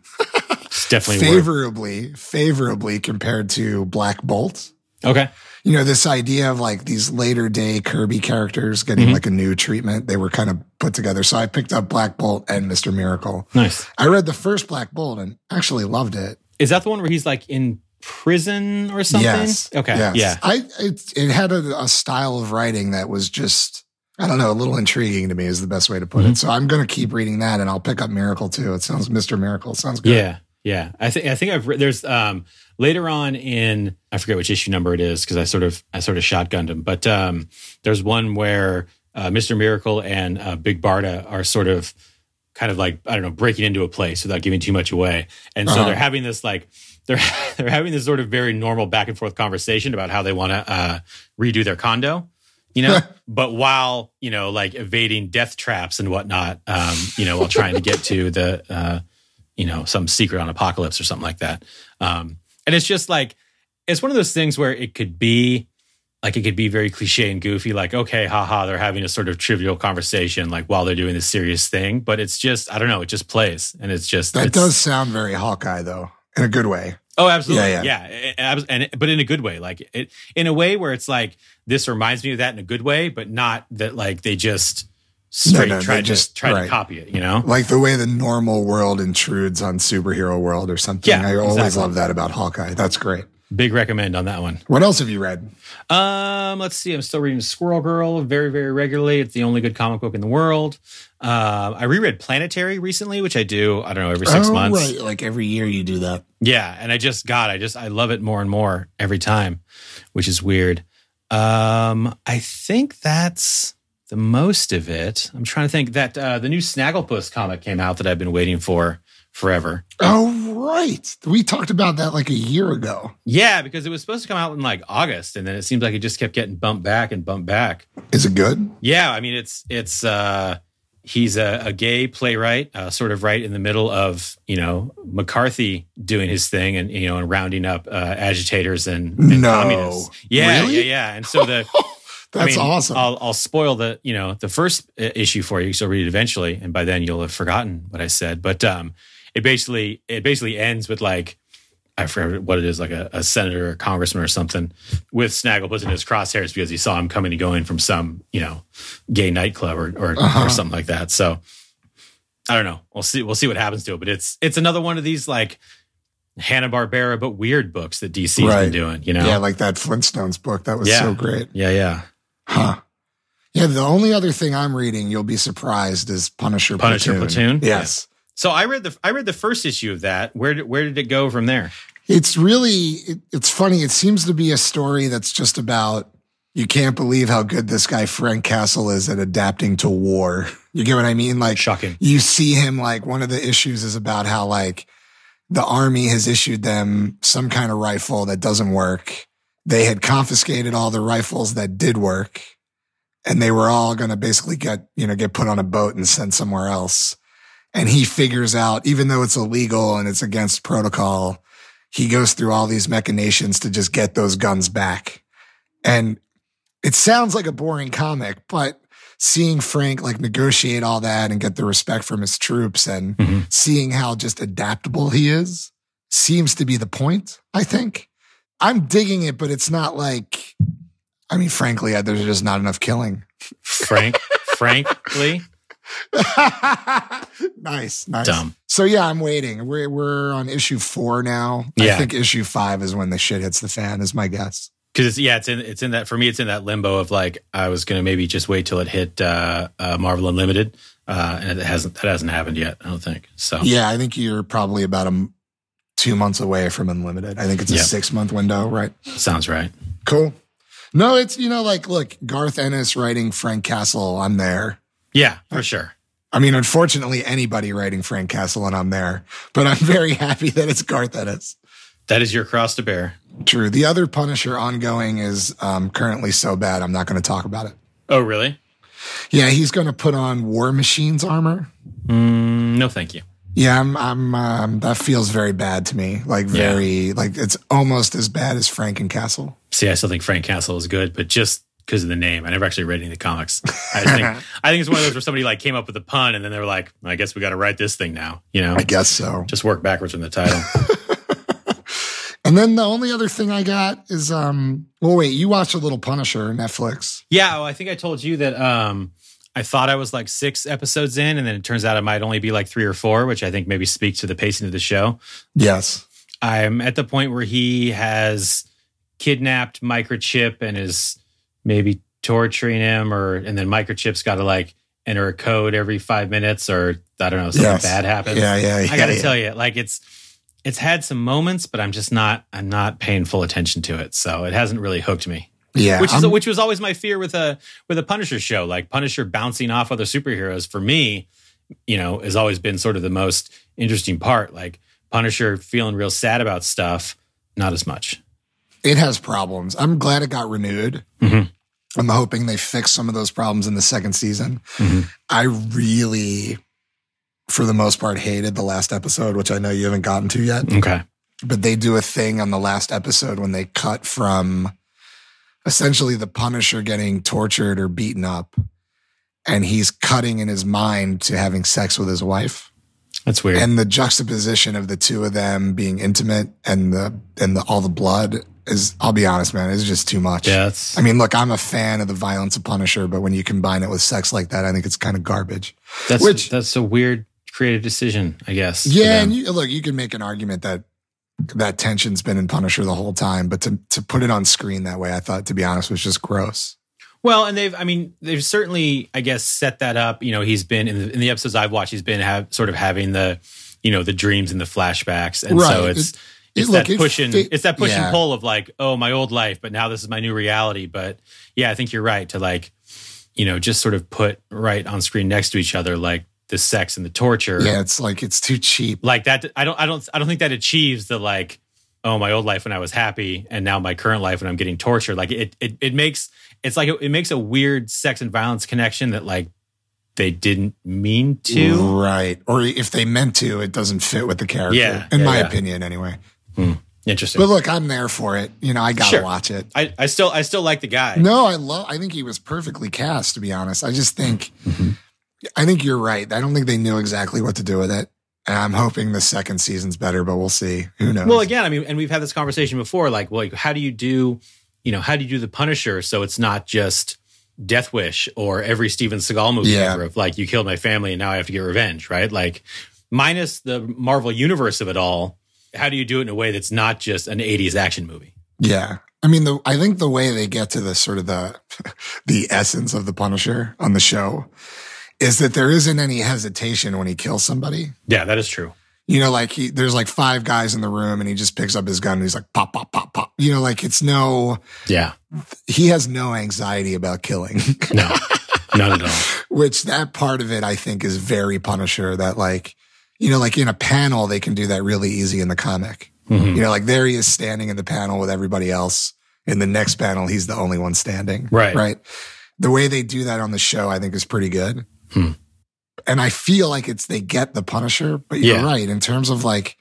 A: it's definitely worth-
B: favorably favorably compared to Black Bolt.
A: okay
B: you know this idea of like these later day kirby characters getting
A: Mhm.
B: like a new treatment they were kind of put together so i picked up black bolt and mr miracle
A: nice
B: i read the first black bolt and actually loved it
A: is that the one where he's like in prison or something
B: yes
A: okay
B: yes.
A: yeah
B: i it, it had a, a style of writing that was just i don't know a little intriguing to me is the best way to put
A: Mm-hmm.
B: it so i'm going to keep reading that and i'll pick up miracle too it sounds mr miracle sounds good
A: Yeah, yeah. I think I think I've re- there's um later on in I forget which issue number it is because I sort of I sort of shotgunned him, but um there's one where uh, Mr. Miracle and uh, Big Barda are sort of kind of like I don't know breaking into a place without giving too much away, and so
B: Uh-huh.
A: they're having this like. They're, they're having this sort of very normal back and forth conversation about how they want to uh, redo their condo, you know, but while, you know, like evading death traps and whatnot, um, you know, while trying to get to the, uh, you know, some secret on apocalypse or something like that. Um, and it's just like, it's one of those things where it could be like, it could be very cliche and goofy, like, okay, haha, they're having a sort of trivial conversation, like while they're doing this serious thing. But it's just, I don't know, it just plays. And it's just,
B: that
A: it's-
B: does sound very hawkeye though in a good way
A: Oh, absolutely. Yeah.
B: Yeah,
A: A- abs- And, but in a good way, like it, in a way where it's like, this reminds me of that in a good way, but not that like they just straight
B: no,
A: try
B: they
A: to
B: just-
A: try to
B: right.
A: copy it, you know?
B: like the way the normal world intrudes on superhero world or something
A: Yeah,
B: i always
A: exactly.
B: love that about hawkeye that's great
A: Big recommend on that one.
B: What else have you read?
A: Um, let's see. I'm still reading Squirrel Girl very, very regularly. It's the only good comic book in the world. Um, I reread Planetary recently, which I do. I don't know every six
B: Oh,
A: months.
B: Right, like every year you do that.
A: Yeah, and I just God, I just I love it more and more every time, which is weird. Um, I think that's the most of it. I'm trying to think that uh, the new Snagglepuss comic came out that I've been waiting for forever.
B: Oh, right. We talked about that like a year ago.
A: Yeah, because it was supposed to come out in like August, and then it seems like it just kept getting bumped back and bumped back.
B: Is it good?
A: Yeah, I mean it's it's uh he's a, a gay playwright, uh, sort of right in the middle of you know McCarthy doing his thing and you know and rounding up uh, agitators and, and
B: No.
A: communists. Yeah,
B: Really?
A: yeah, yeah. And so the I
B: That's
A: mean,
B: awesome.
A: I'll, I'll spoil the you know the first uh, issue for you because you'll read it eventually, and by then you'll have forgotten what I said. But um, it basically it basically ends with like I forget what it is, like a, a senator, or congressman, or something, with Snagglepuss in his crosshairs because he saw him coming and going from some you know gay nightclub or or, or
B: Uh-huh.
A: something like that. So I don't know. We'll see. We'll see what happens to it. But it's it's another one of these like Hanna Barbera but weird books that DC's been
B: Right.
A: doing. You know.
B: Yeah, like that Flintstones book. That was
A: Yeah.
B: so great.
A: yeah. Yeah.
B: Huh. Yeah, the only other thing I'm reading, you'll be surprised, is Punisher,
A: Punisher Platoon?
B: Yes.
A: So I read the I read the first issue of that. Where did, where did it go from there?
B: It's really, it, it's funny. It seems to be a story that's just about you can't believe how good this guy Frank Castle is at adapting to war. You get what I mean? Like,
A: Shocking.
B: you see him like one of the issues is about how like the army has issued them some kind of rifle that doesn't work. They had confiscated all the rifles that did work and they were all going to basically get, you know, get put on a boat and sent somewhere else. And he figures out, even though it's illegal and it's against protocol, he goes through all these machinations to just get those guns back. And it sounds like a boring comic, but seeing Frank like negotiate all that and get the respect from his troops and
A: Mhm.
B: seeing how just adaptable he is seems to be the point, I think. I'm digging it, but it's not like, I mean, frankly, I- there's just not enough killing.
A: Frank, frankly,
B: nice, nice.
A: dumb.
B: So yeah, I'm waiting. We're we're on issue four now.
A: Yeah.
B: I think issue five is when the shit hits the fan, is my guess.
A: because it's yeah, it's in it's in that for me, it's in that limbo of like I was gonna maybe just wait till it hit uh, uh, Marvel Unlimited, uh, and it hasn't that hasn't happened yet. I don't think so.
B: Yeah, I think you're probably about a m- two months away from unlimited. I think it's a
A: Yeah.
B: six month window, right?
A: Sounds right.
B: Cool. No, it's you know like look, Garth Ennis writing Frank Castle, I'm there.
A: Yeah, for sure.
B: I mean, unfortunately, anybody writing Frank Castle and I'm there, but I'm very happy that it's Garth Ennis.
A: That is your cross to bear.
B: True. The other Punisher ongoing is um, currently so bad, I'm not going to talk about it.
A: Oh, really?
B: Yeah, he's going to put on War Machine's armor.
A: Mm, no, thank you.
B: Yeah, I'm. I'm. Um, that feels very bad to me. Like
A: Yeah.
B: very. Like it's almost as bad as Frank and Castle.
A: See, I still think Frank Castle is good, but just because of the name, I never actually read any of the comics. I just think I think it's one of those where somebody like came up with a pun, and then they were like, "I guess we got to write this thing now," you know.
B: I guess so.
A: Just work backwards from the title.
B: And then the only other thing I got is um. Well, wait. You watched a little Punisher Netflix.
A: yeah, well, I think I told you that um, I thought I was like six episodes in, and then it turns out it might only be like three or four, which I think maybe speaks to the pacing of the show.
B: Yes.
A: I'm at the point where he has kidnapped microchip and is maybe torturing him or and then microchip's got to like enter a code every 5 minutes or I don't know something
B: Yes.
A: bad happens.
B: Yeah. Yeah. yeah
A: I got to
B: yeah.
A: tell you like it's it's had some moments but I'm just not I'm not paying full attention to it. So it hasn't really hooked me.
B: Yeah.
A: Which is
B: I'm-
A: which was always my fear with a with a Punisher show like Punisher bouncing off other superheroes for me, you know, has always been sort of the most interesting part. Like Punisher feeling real sad about stuff, not as much.
B: it has problems. I'm glad it got renewed.
A: Mhm.
B: I'm hoping they fix some of those problems in the second season.
A: Mhm.
B: I really, for the most part, hated the last episode, which I know you haven't gotten to yet.
A: Okay.
B: But they do a thing on the last episode when they cut from essentially the Punisher getting tortured or beaten up. And he's cutting in his mind to having sex with his wife
A: That's weird.
B: and the juxtaposition of the two of them being intimate and the and the, all the blood is i'll be honest man it's just too much
A: yeah, that's
B: i mean look i'm a fan of the violence of punisher but when you combine it with sex like that i think it's kind of garbage
A: that's
B: which-
A: that's a weird creative decision, I guess. for
B: yeah
A: them.
B: and you, look you can make an argument that that tension's been in punisher the whole time but to, to put it on screen that way i thought to be honest was just gross
A: Well, and they've, I mean, they've certainly, I guess, set that up. You know, he's been in the, in the episodes I've watched, he's been have, sort of having the, you know, the dreams and the flashbacks, and so
B: Right.
A: it's.
B: It-
A: it's
B: it- look,
A: that
B: it
A: push and
B: fit-
A: it's that push
B: yeah.
A: and pull of like, oh, my old life, but now this is my new reality. But yeah, I think you're right to like, you know, just sort of put right on screen next to each other, like the sex and the torture.
B: yeah it's like it's too cheap
A: Like that I don't I don't I don't think that achieves the like, oh, my old life when I was happy and now my current life when I'm getting tortured. Like it it, it makes it's like it, makes a weird sex and violence connection that like they didn't mean to.
B: right or if they meant to it doesn't fit with the character
A: Yeah,
B: in
A: yeah,
B: my
A: yeah.
B: opinion anyway
A: Interesting.
B: But look, I'm there for it. You know, I gotta
A: Sure.
B: watch it.
A: I, I still I still like the guy.
B: No, I love. I think he was perfectly cast. To be honest, I just think,
A: Mm-hmm.
B: I think you're right. I don't think they knew exactly what to do with it, and I'm hoping the second season's better. But we'll see. Who knows?
A: Well, again, I mean, and we've had this conversation before. Like, well, like, how do you do, you know, how do you do the Punisher so it's not just Death Wish or every Steven Seagal movie
B: Yeah.
A: ever of like you killed my family and now I have to get revenge, right? Like, minus the Marvel universe of it all, how do you do it in a way that's not just an '80s action movie?
B: yeah. I mean, the I think the way they get to the sort of the the essence of the Punisher on the show is that there isn't any hesitation when he kills somebody.
A: Yeah, that is true.
B: You know, like he, there's like five guys in the room, and he just picks up his gun and he's like pop, pop, pop, pop. You know, like it's no.
A: Yeah,
B: he has no anxiety about killing,
A: no, not at all.
B: which that part of it I think is very Punisher. That like, you know, like in a panel they can do that really easy in the comic.
A: Mhm.
B: You know, like there he is standing in the panel with everybody else. In the next panel, he's the only one standing.
A: Right.
B: Right. The way they do that on the show, I think, is pretty good.
A: Hmm.
B: And I feel like it's they get the Punisher, but you're
A: Yeah.
B: right in terms of like,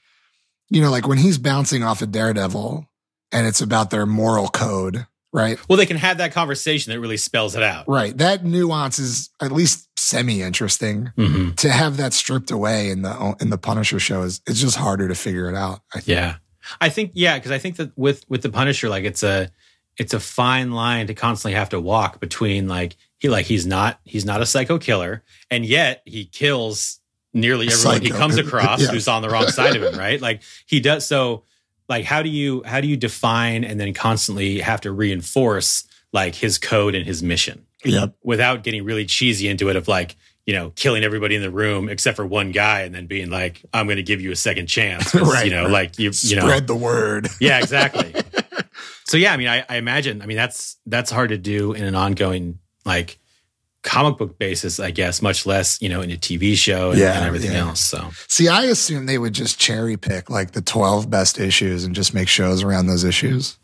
B: you know, like when he's bouncing off a Daredevil, and it's about their moral code, right?
A: Well, they can have that conversation that really spells it out.
B: Right. That nuance is at least semi interesting.
A: hmm
B: To have that stripped away in the in the Punisher show is it's just harder to figure it out. I think.
A: Yeah. I think yeah, because I think that with with the Punisher, like it's a it's a fine line to constantly have to walk between like he like he's not he's not a psycho killer, and yet he kills nearly everyone he
B: Psycho.
A: comes across
B: Yeah.
A: who's on the wrong side of him, right? Like he does so like how do you how do you define and then constantly have to reinforce like his code and his mission
B: Yep.
A: without getting really cheesy into it of like you know killing everybody in the room except for one guy and then being like i'm going to give you a second chance 'Cause,
B: Right,
A: you know
B: right.
A: like you you know
B: Spread the word.
A: yeah exactly so yeah i mean I, I imagine i mean that's that's hard to do in an ongoing like comic book basis i guess much less you know in a tv show and,
B: Yeah,
A: and everything
B: yeah.
A: else so
B: See, I assume they would just cherry pick like the 12 best issues and just make shows around those issues.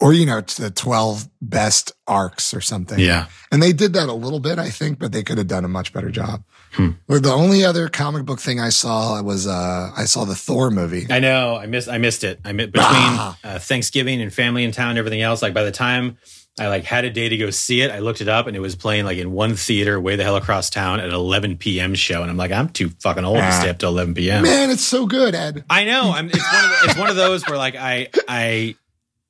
B: Or, you know, the 12 best arcs or something.
A: yeah
B: And they did that a little bit, I think, but they could have done a much better job.
A: Hmm.
B: Like, the only other comic book thing I saw was uh, I saw the Thor movie.
A: I know. I missed. I missed it. I mi- between
B: Ah.
A: uh, Thanksgiving and family in town, and everything else. Like by the time I like had a day to go see it, I looked it up and it was playing like in one theater way the hell across town at an 11 p.m. show, and I'm like, I'm too fucking old to
B: Ah.
A: stay up till 11 p.m.
B: Man, it's so good, Ed.
A: I know. I'm. It's one, of the, it's one of those where like I I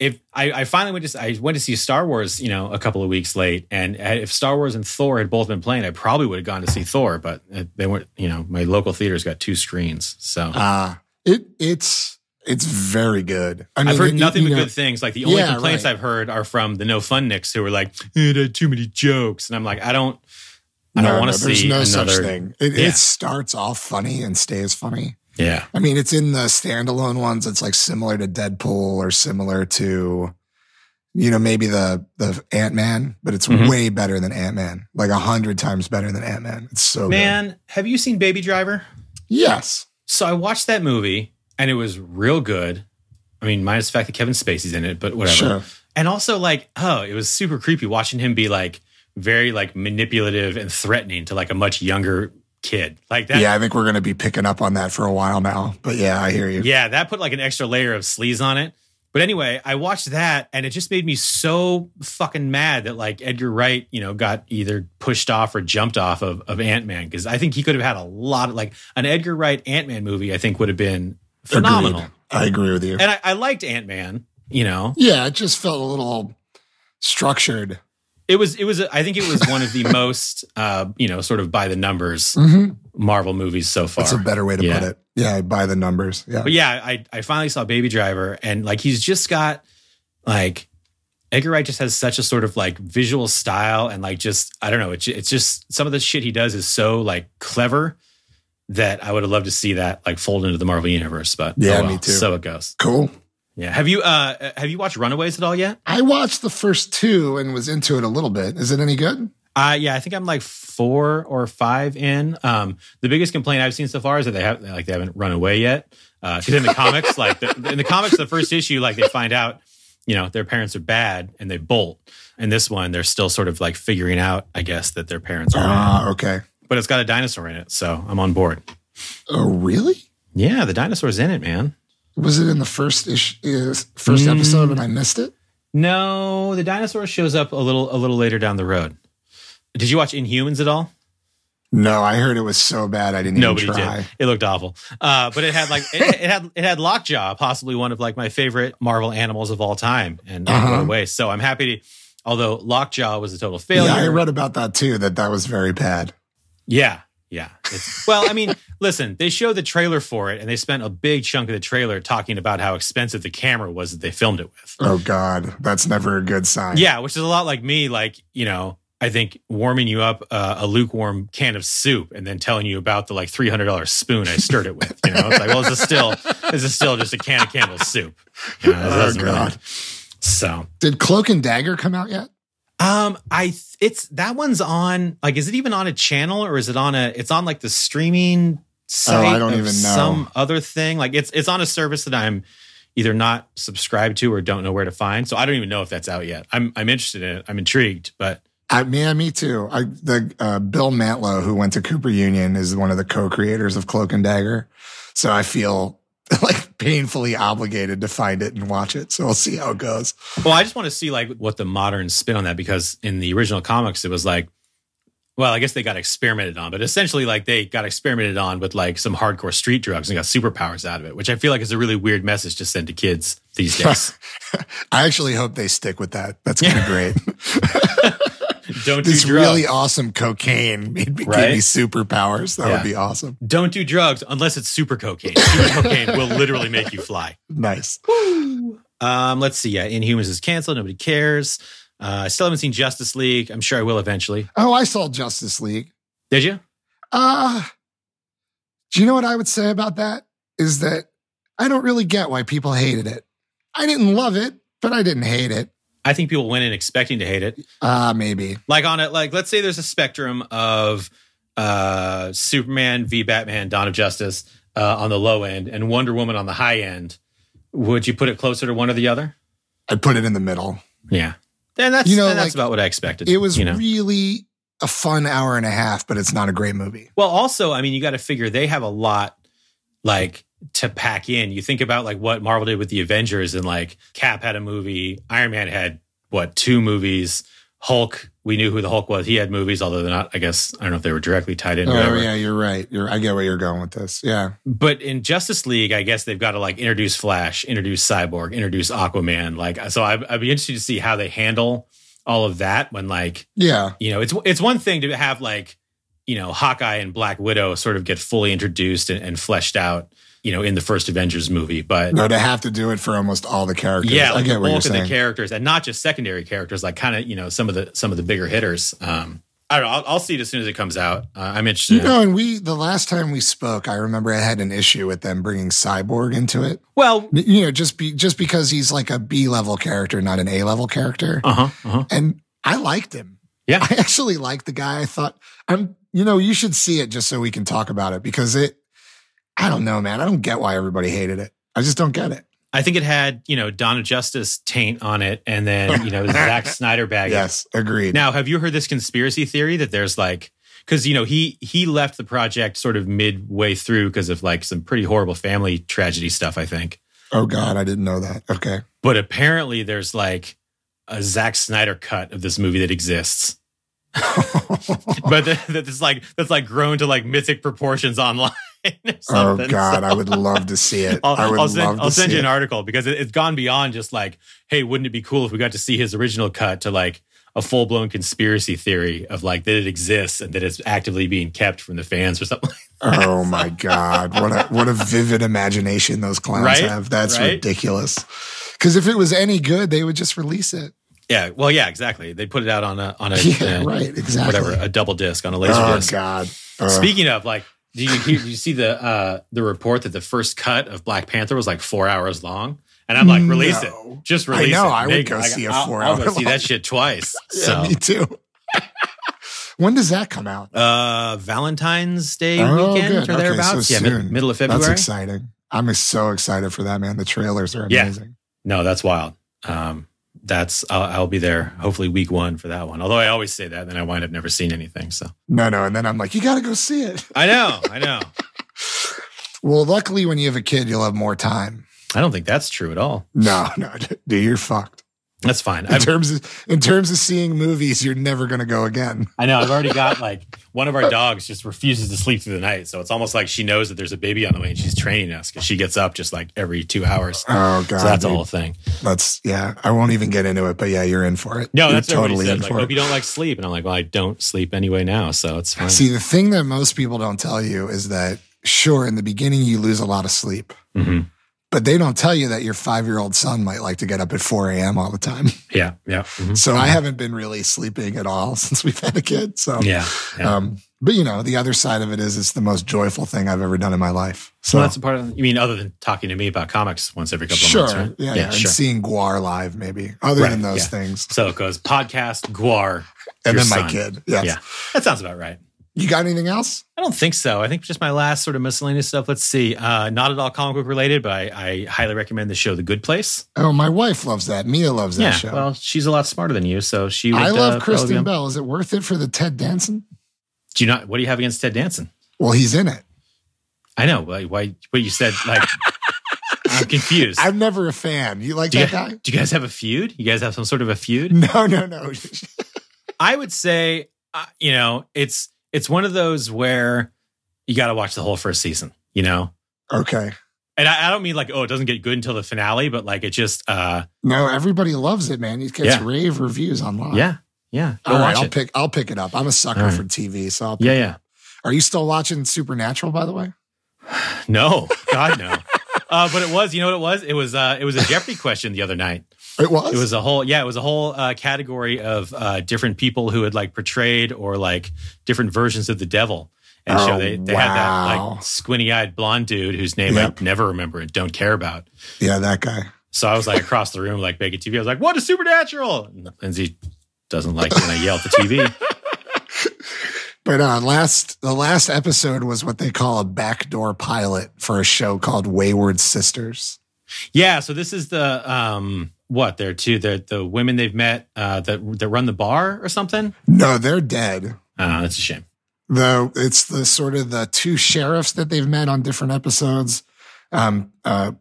A: if I, I finally went to I went to see Star Wars, you know, a couple of weeks late, and had- if Star Wars and Thor had both been playing, I probably would have gone to see Thor, but uh, they weren't. You know, my local theater's got two screens, so.
B: Uh, it it's it's very good. I
A: I've heard
B: you-
A: nothing
B: you
A: but
B: know-
A: good things. Like the only
B: Yeah,
A: complaints
B: right.
A: I've heard are from the no fun Knicks who were like, "It had too many jokes," and I'm like, I don't, I don't
B: no,
A: want
B: no,
A: to
B: There's
A: see
B: no
A: another.
B: such thing. It,
A: Yeah.
B: it starts off funny and stays funny.
A: Yeah,
B: I mean, it's in the standalone ones. It's like similar to Deadpool or similar to, you know, maybe the the Ant Man, but it's
A: Mhm.
B: way better than Ant Man. Like a hundred times better than Ant Man. It's so
A: man, have you seen Baby Driver?
B: good. Yes.
A: So I watched that movie and it was real good. I mean, minus the fact that Kevin Spacey's in it, but whatever.
B: Sure.
A: And also, like, oh, it was super creepy watching him be like very like manipulative and threatening to like a much younger kid. Like that.
B: yeah, I think we're gonna be picking up on that for a while now. But yeah, I hear you.
A: Yeah, that put like an extra layer of sleaze on it. But anyway, I watched that and it just made me so fucking mad that like Edgar Wright, you know, got either pushed off or jumped off of, of Ant Man because I think he could have had a lot of like an Edgar Wright Ant Man movie, I think would have been
B: Agreed.
A: phenomenal. Eh.
B: I agree with you.
A: And I, I liked Ant Man, you know.
B: yeah, it just felt a little structured.
A: It was it was I think it was one of the most uh, you know, sort of by the numbers
B: Mm-hmm.
A: Marvel movies so far.
B: That's a better way to
A: Yeah.
B: put it. Yeah, by the numbers. Yeah.
A: But yeah, I I finally saw Baby Driver, and like he's just got like Edgar Wright just has such a sort of like visual style, and like just I don't know, it's it's just some of the shit he does is so like clever that I would have loved to see that like fold into the Marvel universe. But oh
B: Yeah, me too.
A: So it goes.
B: Cool.
A: Yeah. Have you uh have you watched Runaways at all yet?
B: I watched the first two and was into it a little bit. Is it any good?
A: Uh, yeah, I think I'm like four or five in. Um, the biggest complaint I've seen so far is that they have like they haven't run away yet. Because in the comics, like the, in the comics, the first issue, like they find out, you know, their parents are bad and they bolt. And this one, they're still sort of like figuring out, I guess, that their parents are. bad.
B: Ah, okay.
A: But it's got a dinosaur in it, so I'm on board.
B: Oh, really?
A: Yeah, the dinosaur's in it, man.
B: Was it in the first ish, is, first
A: Mm.
B: episode and I missed it?
A: No, the dinosaur shows up a little a little later down the road. Did you watch Inhumans at all?
B: No, I heard it was so bad I didn't
A: Nobody
B: even try.
A: did. It looked awful. Uh, but it had like it, it had it had Lockjaw, possibly one of like my favorite Marvel animals of all time, and uh
B: Uh-huh.
A: away. So I'm happy to. Although Lockjaw was a total failure.
B: Yeah, I read about that too. That that was very bad.
A: Yeah, yeah. It's, well, I mean, listen, they showed the trailer for it, and they spent a big chunk of the trailer talking about how expensive the camera was that they filmed it with.
B: Oh God, that's never a good sign.
A: Yeah, which is a lot like me. Like you know, I think warming you up uh, a lukewarm can of soup and then telling you about the like three hundred dollar spoon I stirred it with. You know, it's like, well, this is still this is still just a can of Campbell's soup. You know, this
B: Oh,
A: doesn't really-
B: God.
A: So,
B: Did Cloak and Dagger come out yet?
A: um, I th- it's that one's on. Like, is it even on a channel or is it on a? It's on like the streaming. Site
B: Oh, I don't
A: of
B: even know.
A: some other thing. Like it's it's on a service that I'm either not subscribed to or don't know where to find. So I don't even know if that's out yet. I'm I'm interested in it. I'm intrigued, but
B: I, yeah, me too. I, the uh, Bill Mantlo, who went to Cooper Union, is one of the co-creators of Cloak and Dagger. So I feel like painfully obligated to find it and watch it. So we'll see how it goes.
A: Well, I just want to see like what the modern spin on that because in the original comics it was like well, I guess they got experimented on, but essentially like they got experimented on with like some hardcore street drugs and got superpowers out of it, which I feel like is a really weird message to send to kids these days.
B: I actually hope they stick with that. That's kind of great.
A: Don't
B: this
A: do drugs.
B: really awesome cocaine made me
A: Right?
B: give me superpowers. That
A: Yeah.
B: would be awesome.
A: Don't do drugs unless it's super cocaine. Super cocaine will literally make you fly.
B: Nice.
A: Um, let's see. Yeah, Inhumans is canceled. Nobody cares. Uh, I still haven't seen Justice League. I'm sure I will eventually.
B: Oh, I saw Justice League.
A: Did you?
B: Uh, do you know what I would say about that? Is that I don't really get why people hated it. I didn't love it, but I didn't hate it.
A: I think people went in expecting to hate it.
B: Uh, maybe.
A: like on it like let's say there's a spectrum of uh superman v batman dawn of justice uh, on the low end and wonder woman on the high end would you put it closer to one or the other
B: I put it in the middle.
A: yeah then that's
B: You know,
A: then that's
B: like,
A: about what i expected
B: It was
A: you know
B: really a fun hour and a half, but it's not a great movie.
A: well also i mean you got to figure they have a lot like to pack in you think about like what marvel did with the avengers and like cap had a movie iron man had what two movies hulk we knew who the hulk was he had movies although they're not i guess i don't know if they were directly tied in or
B: Oh
A: whatever.
B: yeah, you're right. You're I get where you're going with this. Yeah.
A: but in Justice League, I guess they've got to like introduce Flash, introduce Cyborg, introduce Aquaman. Like, so I, I'd be interested to see how they handle all of that when, like,
B: Yeah.
A: you know, it's it's one thing to have like, you know, Hawkeye and Black Widow sort of get fully introduced and, and fleshed out, you know, in the first Avengers movie, but.
B: No, to have to do it for almost all the characters.
A: Yeah, like
B: I
A: the
B: get
A: bulk
B: what you're
A: of the
B: saying.
A: characters, and not just secondary characters, like kind of you know some of the some of the bigger hitters. Um, I don't know. I'll, I'll see it as soon as it comes out. Uh, I'm interested.
B: you
A: in it.
B: know, and we the last time we spoke, I remember I had an issue with them bringing Cyborg into it.
A: Well,
B: You know, just be just because he's like a B level character, not an A level character.
A: uh huh, uh huh.
B: and I liked him.
A: Yeah.
B: I actually liked the guy. I thought I'm you know, you should see it just so we can talk about it because it I don't know, man. I don't get why everybody hated it. I just don't get it.
A: I think it had, you know, Dawn of Justice taint on it and then, you know, Zack Snyder baggage.
B: Yes, agreed.
A: Now, have you heard this conspiracy theory that there's like cuz you know, he he left the project sort of midway through because of like some pretty horrible family tragedy stuff, I think.
B: oh god, I didn't know that. Okay.
A: But apparently there's like a Zack Snyder cut of this movie that exists. But that- that's like that's like grown to like mythic proportions online. Or
B: oh
A: something.
B: god,
A: So-
B: I would love to see it.
A: I'll,
B: I would
A: I'll send,
B: love to
A: I'll send
B: see
A: you
B: it.
A: an article because it, it's gone beyond just like, hey, wouldn't it be cool if we got to see his original cut to like a full blown conspiracy theory of like that it exists and that it's actively being kept from the fans or something.
B: oh my god, what a what a vivid imagination those clowns
A: Right?
B: have. That's
A: Right?
B: ridiculous. Cuz if it was any good, they would just release it.
A: yeah, well, yeah, exactly. They put it out on a on a
B: Yeah,
A: uh,
B: right, exactly.
A: whatever a double disc on a laser
B: Oh
A: disc.
B: god. Uh,
A: Speaking of like. Do you, hear, do you see the uh, the report that the first cut of Black Panther was like four hours long? And I'm like, release
B: Mm, No.
A: it, just release
B: know,
A: it.
B: I would
A: Make-
B: go see a
A: I'll- I'll go
B: four-hour
A: see that shit twice.
B: yeah,
A: so
B: me too. when does that come out?
A: uh Valentine's Day
B: Oh,
A: weekend
B: good.
A: or
B: Okay,
A: thereabouts.
B: so
A: yeah, mid-
B: soon.
A: middle of
B: That's
A: February.
B: exciting. I'm so excited for that, man. The trailers are
A: Yeah.
B: amazing.
A: no, that's wild. Um, that's I'll, I'll be there. Hopefully, week one for that one. Although I always say that, then I wind up never seeing anything. So
B: No, no. And then I'm like, you got to go see it.
A: I know, I know.
B: Well, luckily, when you have a kid, you'll have more time.
A: I don't think that's true at all.
B: No, no, dude, you're fucked.
A: That's fine.
B: In
A: I've,
B: terms of in terms of seeing movies, you're never gonna go again.
A: I know. I've already got like one of our dogs just refuses to sleep through the night, so it's almost like she knows that there's a baby on the way, and she's training us because she gets up just like every two hours.
B: Oh god,
A: So that's a
B: dude.
A: whole thing.
B: That's yeah. I won't even get into it, but yeah, you're in for it.
A: No,
B: You're
A: that's totally said. Like,
B: for
A: hope
B: it.
A: you don't like sleep, and I'm like, well, I don't sleep anyway now, so it's fine.
B: See, the thing that most people don't tell you is that sure, in the beginning, you lose a lot of sleep,
A: Mhm.
B: but they don't tell you that your five year old son might like to get up at 4 a.m. all the time.
A: Yeah, yeah, mhm.
B: So I haven't been really sleeping at all since we've had a kid. So,
A: yeah. yeah.
B: um, but you know, the other side of it is it's the most joyful thing I've ever done in my life. So
A: So that's a part of. You mean other than talking to me about comics once every couple
B: sure.
A: of months, right?
B: Yeah. yeah,
A: sure.
B: And seeing Guar live, maybe other
A: Right,
B: than those
A: yeah.
B: things.
A: so it goes podcast, Guar,
B: And
A: your
B: then
A: son.
B: my kid. Yes.
A: Yeah, that sounds about right.
B: You got anything else?
A: I don't think so. I think just my last sort of miscellaneous stuff. Let's see. Uh, not at all comic book related, but I, I highly recommend the show The Good Place.
B: Oh, my wife loves that. Mia loves that
A: yeah.
B: show.
A: Well, she's a lot smarter than you, so she. Would,
B: I
A: uh,
B: love
A: probably be
B: Kristen
A: on-
B: Bell. Is it worth it for the Ted Danson?
A: Do you not? What do you have against Ted Danson?
B: Well, he's in it.
A: I know. Why? why what you said? Like, I'm confused.
B: I'm never a fan. You like
A: do, you,
B: that guy?
A: do you guys have a feud? You guys have some sort of a feud?
B: No, no, no.
A: I would say, uh, you know, it's it's one of those where you got to watch the whole first season, you know.
B: okay.
A: And I, I don't mean like, oh, it doesn't get good until the finale, but like it just, uh,
B: No, everybody loves it, man. He gets
A: Yeah.
B: rave reviews online.
A: yeah, Yeah. Go
B: All right,
A: watch
B: I'll
A: it.
B: pick. I'll pick it up. I'm a sucker
A: All right.
B: for TV, so I'll pick
A: yeah,
B: it
A: yeah.
B: up. Are you still watching Supernatural? By the way,
A: No, God no. Uh, but it was, you know what it was? It was uh, it was a Jeopardy question the other night.
B: it was.
A: It was a whole, yeah, it was a whole uh, category of uh, different people who had like portrayed or like different versions of the devil. And so
B: Oh,
A: they, they had that
B: wow.
A: like squinty eyed blonde dude whose name
B: Yep.
A: I never remember and don't care about.
B: yeah, that guy.
A: So I was like across the room, like making TV. I was like, "What is supernatural?" And Lindsay doesn't like when I yell at the TV.
B: But uh, last the last episode was what they call a backdoor pilot for a show called Wayward Sisters.
A: yeah, so this is the um what they're two the the women they've met uh, that that run the bar or something.
B: No, they're dead.
A: Uh, that's a shame.
B: Though it's the sort of the two sheriffs that they've met on different episodes. Um, uh, uh,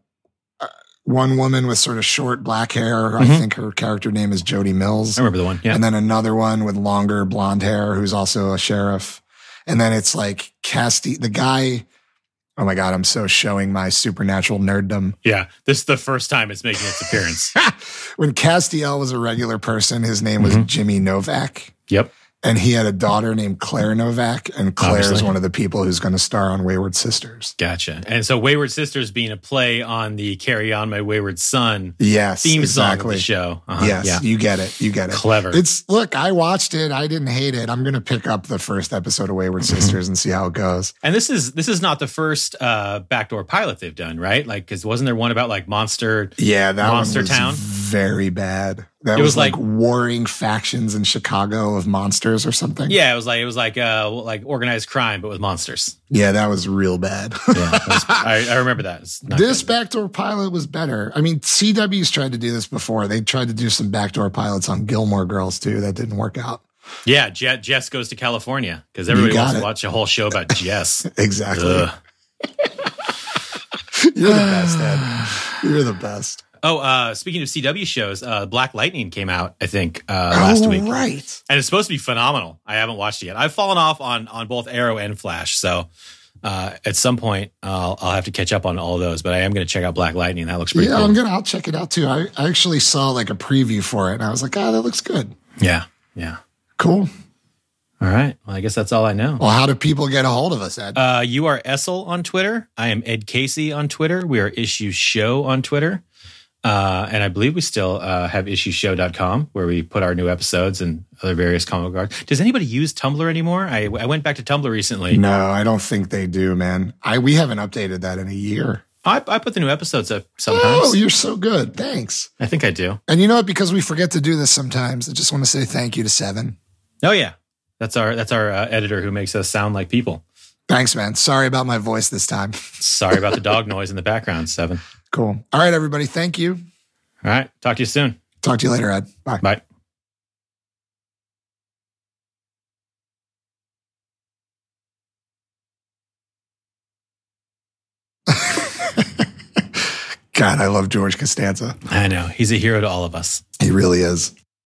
B: one woman with sort of short black hair. I
A: Mhm.
B: think her character name is Jody Mills.
A: I remember the one. Oh, Yeah,
B: and then another one with longer blonde hair who's also a sheriff. And then it's like Casty, the guy. Oh my God, I'm so showing my supernatural nerddom.
A: yeah. This is the first time it's making its appearance.
B: when Castiel was a regular person, his name was
A: Mhm.
B: Jimmy Novak.
A: yep.
B: And he had a daughter named Claire Novak. And Claire is
A: Obviously.
B: one of the people who's going to star on Wayward Sisters.
A: Gotcha. And so Wayward Sisters being a play on the Carry On My Wayward Son
B: Yes.
A: theme song of
B: exactly.
A: the show. Uh-huh,
B: Yes.
A: Yeah.
B: You get it. You get it.
A: Clever.
B: It's look, I watched it. I didn't hate it. I'm going to pick up the first episode of Wayward
A: Mm-hmm.
B: Sisters and see how it goes.
A: And this is this is not the first uh, backdoor pilot they've done, right? Like, because wasn't there one about like monster?
B: Yeah, that one
A: Monster
B: was
A: Town?
B: very bad. That
A: It
B: was,
A: was
B: like,
A: like-
B: warring factions in Chicago of monsters or something.
A: Yeah, it was like it was like uh, like organized crime, but with monsters.
B: yeah, that was real bad.
A: Yeah, it was- I, I remember that. It's not
B: this
A: good.
B: backdoor pilot was better. I mean, CW's tried to do this before. They tried to do some backdoor pilots on Gilmore Girls too. That didn't work out.
A: yeah, Je- Jess goes to California because everybody
B: You got
A: wants
B: it.
A: to watch a whole show about Jess.
B: Exactly.
A: Ugh.
B: You're the best, Ed. You're the best.
A: Oh, uh, speaking of CW shows, uh, Black Lightning came out, I think, uh, last
B: oh,
A: week,
B: right.
A: and it's supposed to be phenomenal. I haven't watched it yet. I've fallen off on on both Arrow and Flash, so. Uh, at some point, I'll, I'll have to catch up on all those, but I am going to check out Black Lightning. That looks pretty
B: yeah,
A: cool.
B: I'm gonna. I'll check it out too. I, I actually saw like a preview for it, and I was like, oh, that looks good.
A: yeah, yeah.
B: Cool.
A: All right. Well, I guess that's all I know.
B: Well, how do people get a hold of us, Ed?
A: Uh, you are Essel on Twitter. I am Ed Casey on Twitter. We are Issue Show on Twitter. Uh, and I believe we still uh, have issueshow.com where we put our new episodes and other various comic cards. Does anybody use Tumblr anymore? I, I went back to Tumblr recently.
B: No, I don't think they do, man. I we haven't updated that in a year.
A: I, I put the new episodes up sometimes.
B: Oh, you're so good. Thanks.
A: I think I do.
B: And you know what? Because we forget to do this sometimes, I just want to say thank you to Seven.
A: Oh, yeah. That's our that's our uh, editor who makes us sound like people.
B: Thanks, man. Sorry about my voice this time.
A: Sorry about the dog noise in the background, Seven.
B: Cool. All right, everybody. Thank you.
A: All right. Talk to you soon.
B: Talk to you later, Ed. Bye.
A: Bye.
B: God, I love George Costanza.
A: I know. He's a hero to all of us.
B: He really is.